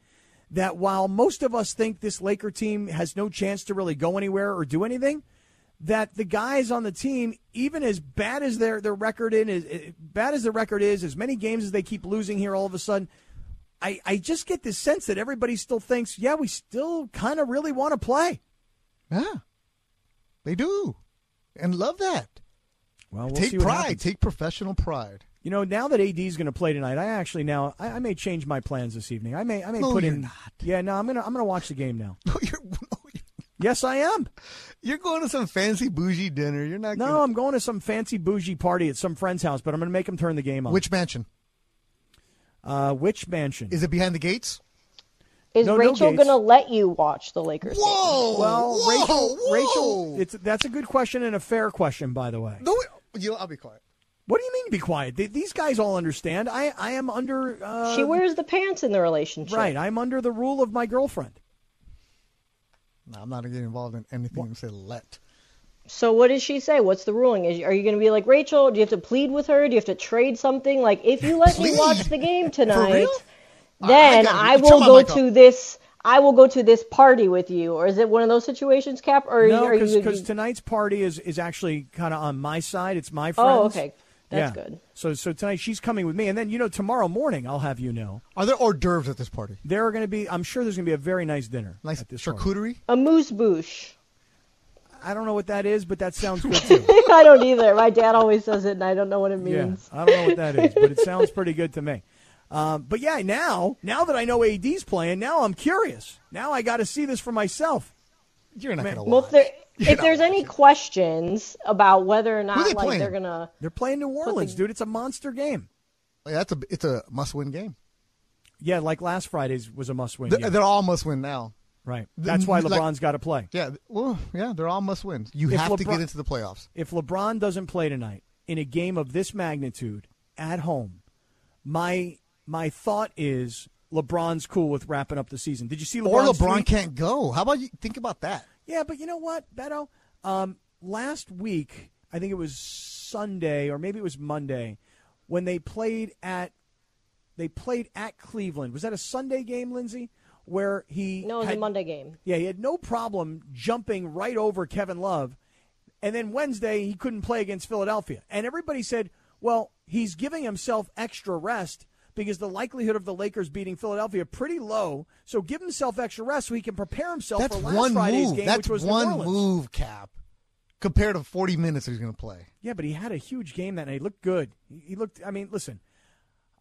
that while most of us think this Laker team has no chance to really go anywhere or do anything, that the guys on the team, even as bad as their their record in is eh, bad as the record is, as many games as they keep losing here, all of a sudden. I, I just get this sense that everybody still thinks, yeah, we still kind of really want to play.
Yeah, they do. and love that.
Well, we'll see
take
what
pride.
happens.
Take professional pride.
You know, now that AD is going to play tonight, I actually now I, I may change my plans this evening. I may I may
No,
put
you're
in.
not.
Yeah, no, I'm gonna I'm gonna watch the game now.
No, you're, no,
yes, I am.
you're going to some fancy bougie dinner. You're not.
No,
gonna,
I'm going to some fancy bougie party at some friend's house, but I'm gonna make him turn the game on.
Which mansion
uh, which mansion?
is it? Behind the gates.
Is
No, no
Rachel
gates.
gonna let you watch the Lakers? game?
Whoa!
well,
whoa,
Rachel,
whoa.
Rachel, it's that's a good question and a fair question, by the way.
no. You know, I'll be quiet.
What do you mean? Be quiet. Th- These guys all understand. I I am under. Uh,
She wears the pants in the relationship.
right. I'm under the rule of my girlfriend.
No, I'm not gonna get involved in anything. You say let.
So what does she say? What's the ruling? Is, are you going to be like Rachel? Do you have to plead with her? Do you have to trade something? Like if you let me
Plead?
watch the game tonight,
real? I- I
then
gotta-
I,
turn
will
my
go
mic off.
to this. I will go to this party with you. Or is it one of those situations, Cap? Or
No,
are you?
because tonight's party is is actually kind of on my side. It's my friends.
oh, okay, that's
yeah.
good.
So so tonight she's coming with me, and then you know tomorrow morning I'll have you know
Are there hors d'oeuvres at this party?
there are going to be. I'm sure there's going to be a very nice dinner.
Nice
at this party.
charcuterie.
A moose boosh.
I don't know what that is, but that sounds good too.
I don't either. My dad always says it, and I don't know what it
yeah,
means.
I don't know what that is, but it sounds pretty good to me. Um, but yeah, now now that I know AD's playing, now I'm curious. Now I got to see this for myself.
You're not gonna
Well, if,
watch.
there,
You're
if
not
there's any
watching.
questions about whether or not
they
like
playing?
they're gonna,
They're playing New Orleans, dude. It's a monster game.
Yeah, that's a it's a must win game.
Yeah, like last Friday's was a must win.
They're,
game.
they're all must win now.
right. That's why
like-
LeBron's got to play.
Yeah, th- well, yeah, they're all must wins. You
If
have to
LeBron-
get into the playoffs.
If LeBron doesn't play tonight in a game of this magnitude at home, my my thought is LeBron's cool with wrapping up the season. Did you see LeBron?
Or LeBron
tweet?
can't go. How about you think about that?
Yeah, but you know what, Beto? Um, last week, I think it was Sunday or maybe it was Monday, when they played at they played at Cleveland. Was that a Sunday game, Lindsay? Where he
no, it's a
had-
Monday game.
Yeah, he had no problem jumping right over Kevin Love. And then Wednesday, he couldn't play against Philadelphia. And everybody said, well, he's giving himself extra rest because the likelihood of the Lakers beating Philadelphia pretty low. So give himself extra rest so he can prepare himself
That's
for last
one
Friday's
move.
game,
That's
which was New
one
Orleans.
move, Cap. Compared to 40 minutes he's going to play.
Yeah, but he had a huge game that night. He looked good. He he looked, I mean, listen,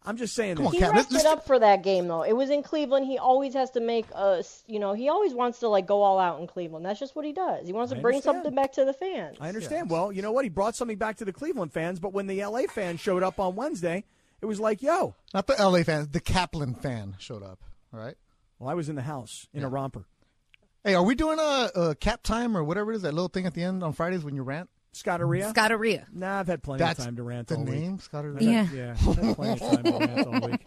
I'm just saying
Come
this.
on,
He
Cap. Let's,
rested
let's,
up for that game though. It was in Cleveland. He always has to make a, s- you know, he always wants to like go all out in Cleveland. That's just what he does. He wants to
I
bring
understand.
something back to the fans.
I understand. Well, you know what? He brought something back to the Cleveland fans, but when the LA fans showed up on Wednesday, it was like, yo,
not the LA fan, the Kaplan fan showed up. All right.
well, I was in the house in a romper.
Hey, are we doing a, a cap time or whatever it is, that little thing at the end on Fridays when you rant?
Scotteria?
Scotteria.
Nah, I've had plenty
That's
of time to rant
the
all
name,
week.
Scott. or-
Yeah.
Yeah, I've had plenty of time to rant all week.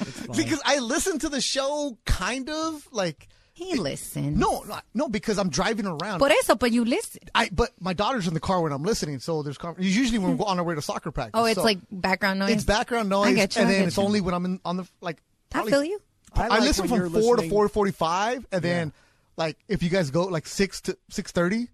It's fine.
Because I listen to the show kind of like
He listened.
no, not, no, because I'm driving around.
Por eso, but you listen.
I but my daughter's in the car when I'm listening, so there's con- usually when we're on our way to soccer practice.
Oh, it's
so
like background noise.
it's background noise,
I get you,
and
I
then
get
it's
you.
only when I'm in, on the like.
I
probably-
feel you.
I,
like
listen
when
from
you're
four to
listening-
four forty-five, and then like if you guys go like six to six thirty,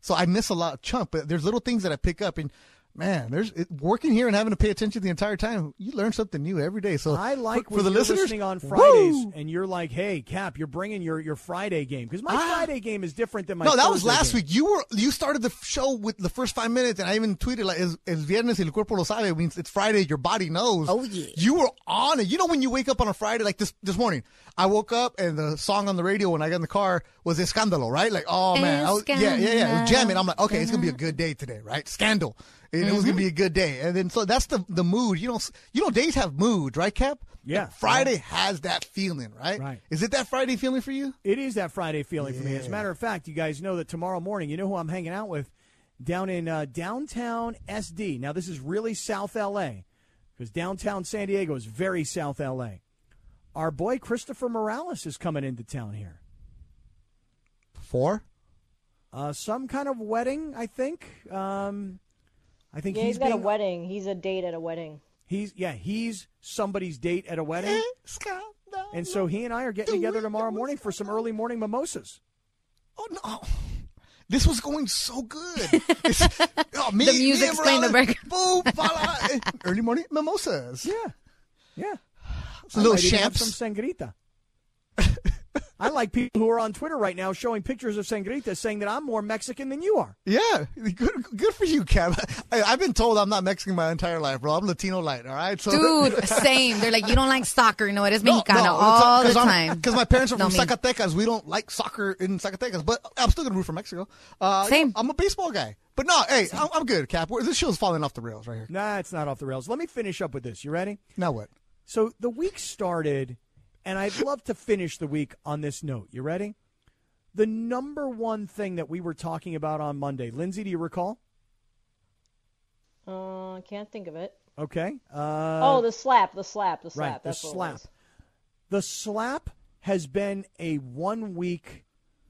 so I miss a lot of chunk. But there's little things that I pick up, and man, there's it, working here and having to pay attention the entire time. You learn something new every day. So
I like
for,
when
for the
you're
listeners
listening on Fridays
woo!
and you're like, "Hey, Cap, you're bringing your, your Friday game because my Friday game is different than my."
Ah. No, that was
Thursday
last
game.
week. You were you started the show with the first five minutes, and I even tweeted like, "Es es viernes y el cuerpo lo sabe." It means it's Friday. Your body knows.
Oh, yeah.
You were on it. You know when you wake up on a Friday, like this this morning. I woke up and the song on the radio when I got in the car was "Escándalo," right? Like, oh man, I was, yeah, yeah, yeah, it was jamming. I'm like, okay, it's gonna be a good day today, right? Scandal. And It was gonna be a good day, and then so that's the the mood. You know, s- you know, days have moods, right, Cap?
Yeah.
And Friday has that feeling, right?
Right.
Is it that Friday feeling for you?
It is that Friday feeling for me. As a matter of fact, you guys know that tomorrow morning, you know who I'm hanging out with down in uh, downtown SD. Now, this is really South LA because downtown San Diego is very South LA. Our boy Christopher Morales is coming into town here.
Four.
Uh, some kind of wedding, I think. Um, I think
Yeah,
he's
he's got a
being-
wedding. He's a date at a wedding.
He's yeah, he's somebody's date at a wedding,
Escándalo.
and so he and I are getting
Do
together
it,
tomorrow
do it,
morning for some early morning mimosas.
Oh no. This was going so good. It's- oh, me,
The
me
music
and
playing the
Morales,
record.
boom, voila, eh, early morning mimosas.
Yeah, yeah.
Little
I might even have
champs.
some sangrita. I like people who are on Twitter right now showing pictures of sangritas saying that I'm more Mexican than you are.
Yeah, good, good for you, Kev. I, I've been told I'm not Mexican my entire life, bro. I'm Latino light. All right, so
Dude, same. They're like, you don't like soccer. No, it is
No,
Mexicano
no,
all the
it's- 'cause I'm-
time.
Because my parents are
No,
from
me.
Zacatecas. We don't like soccer in Zacatecas, but I'm still gonna root for Mexico. Uh,
Same.
I'm a baseball guy, but no, hey, I'm, I'm good, Cap. We're- This show's falling off the rails right here.
Nah, it's not off the rails. Let me finish up with this. You ready?
Now what?
So the week started, and I'd love to finish the week on this note. You ready? The number one thing that we were talking about on Monday, Lindsay, do you recall?
Uh, can't think of it.
Okay. Uh,
oh, the slap, the slap, the slap.
right, the
That's what it
slap.
was.
The slap has been a one week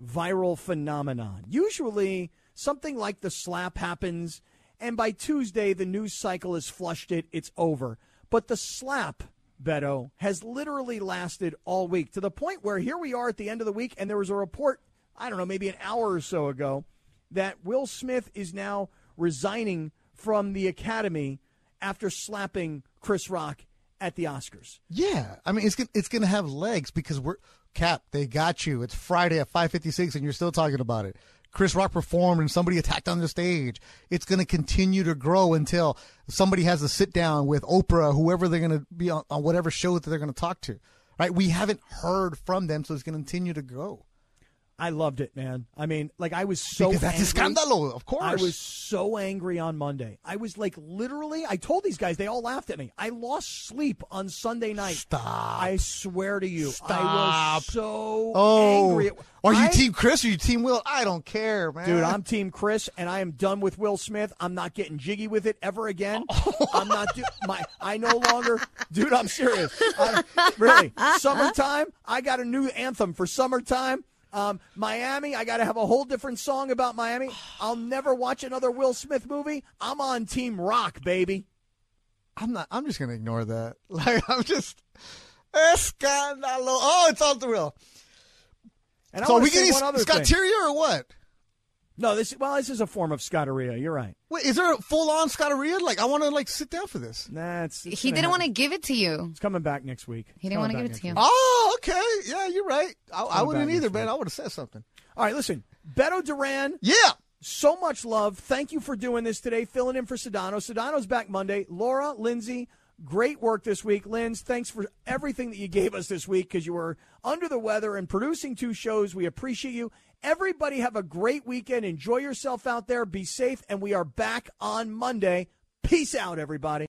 viral phenomenon. Usually, something like the slap happens, and by Tuesday, the news cycle has flushed it, it's over. But the slap, Beto, has literally lasted all week to the point where here we are at the end of the week, and there was a report, I don't know, maybe an hour or so ago, that Will Smith is now resigning from the Academy after slapping Chris Rock at the Oscars.
Yeah, I mean it's gonna, it's gonna have legs because we're Cap. They got you. It's Friday at five fifty six, and you're still talking about it. Chris Rock performed, and somebody attacked on the stage. It's gonna continue to grow until somebody has a sit down with Oprah, whoever they're gonna be on, on whatever show that they're gonna talk to. Right? We haven't heard from them, so it's gonna continue to grow.
I loved it, man. I mean, like I was so
Because that's a
angry.
scandalo, of course.
I was so angry on Monday. I was like literally I told these guys, they all laughed at me. I lost sleep on Sunday night.
Stop.
I swear to you. I
Stop.
was so
Oh,
angry.
are you
I-
Team Chris or you Team Will? I don't care, man.
Dude, I'm Team Chris, and I am done with Will Smith. I'm not getting jiggy with it ever again.
Oh.
I'm not do- my. I no longer, dude. I'm serious. I, really, summertime. I got a new anthem for summertime. Um, Miami. I got to have a whole different song about Miami. I'll never watch another Will Smith movie. I'm on Team Rock, baby.
I'm not. I'm just gonna ignore that. Like I'm just escandalo. Oh, it's off the rail.
And I
so
want
we
to say
getting
one other thing.
Scotteria or what?
No, this. Well, this is a form of Scotteria. You're right.
Wait, is there a full on Scotteria? Like I want to like sit down for this.
That's
he didn't want to give it to you.
It's coming back next week.
He didn't want to
Coming
give
back next
it to you.
Oh, okay. Yeah, you're right. I, I
Go
wouldn't
back
either,
next
man.
week.
I would have said something.
week. All right, listen. Beto Duran
Yeah.
so much love. Thank you for doing this today, filling in for Sedano. Sedano's back Monday. Laura, Lindsay, great work this week. Linz, thanks for everything that you gave us this week because you were under the weather and producing two shows. We appreciate you. Everybody have a great weekend. Enjoy yourself out there. Be safe. And we are back on Monday. Peace out, everybody.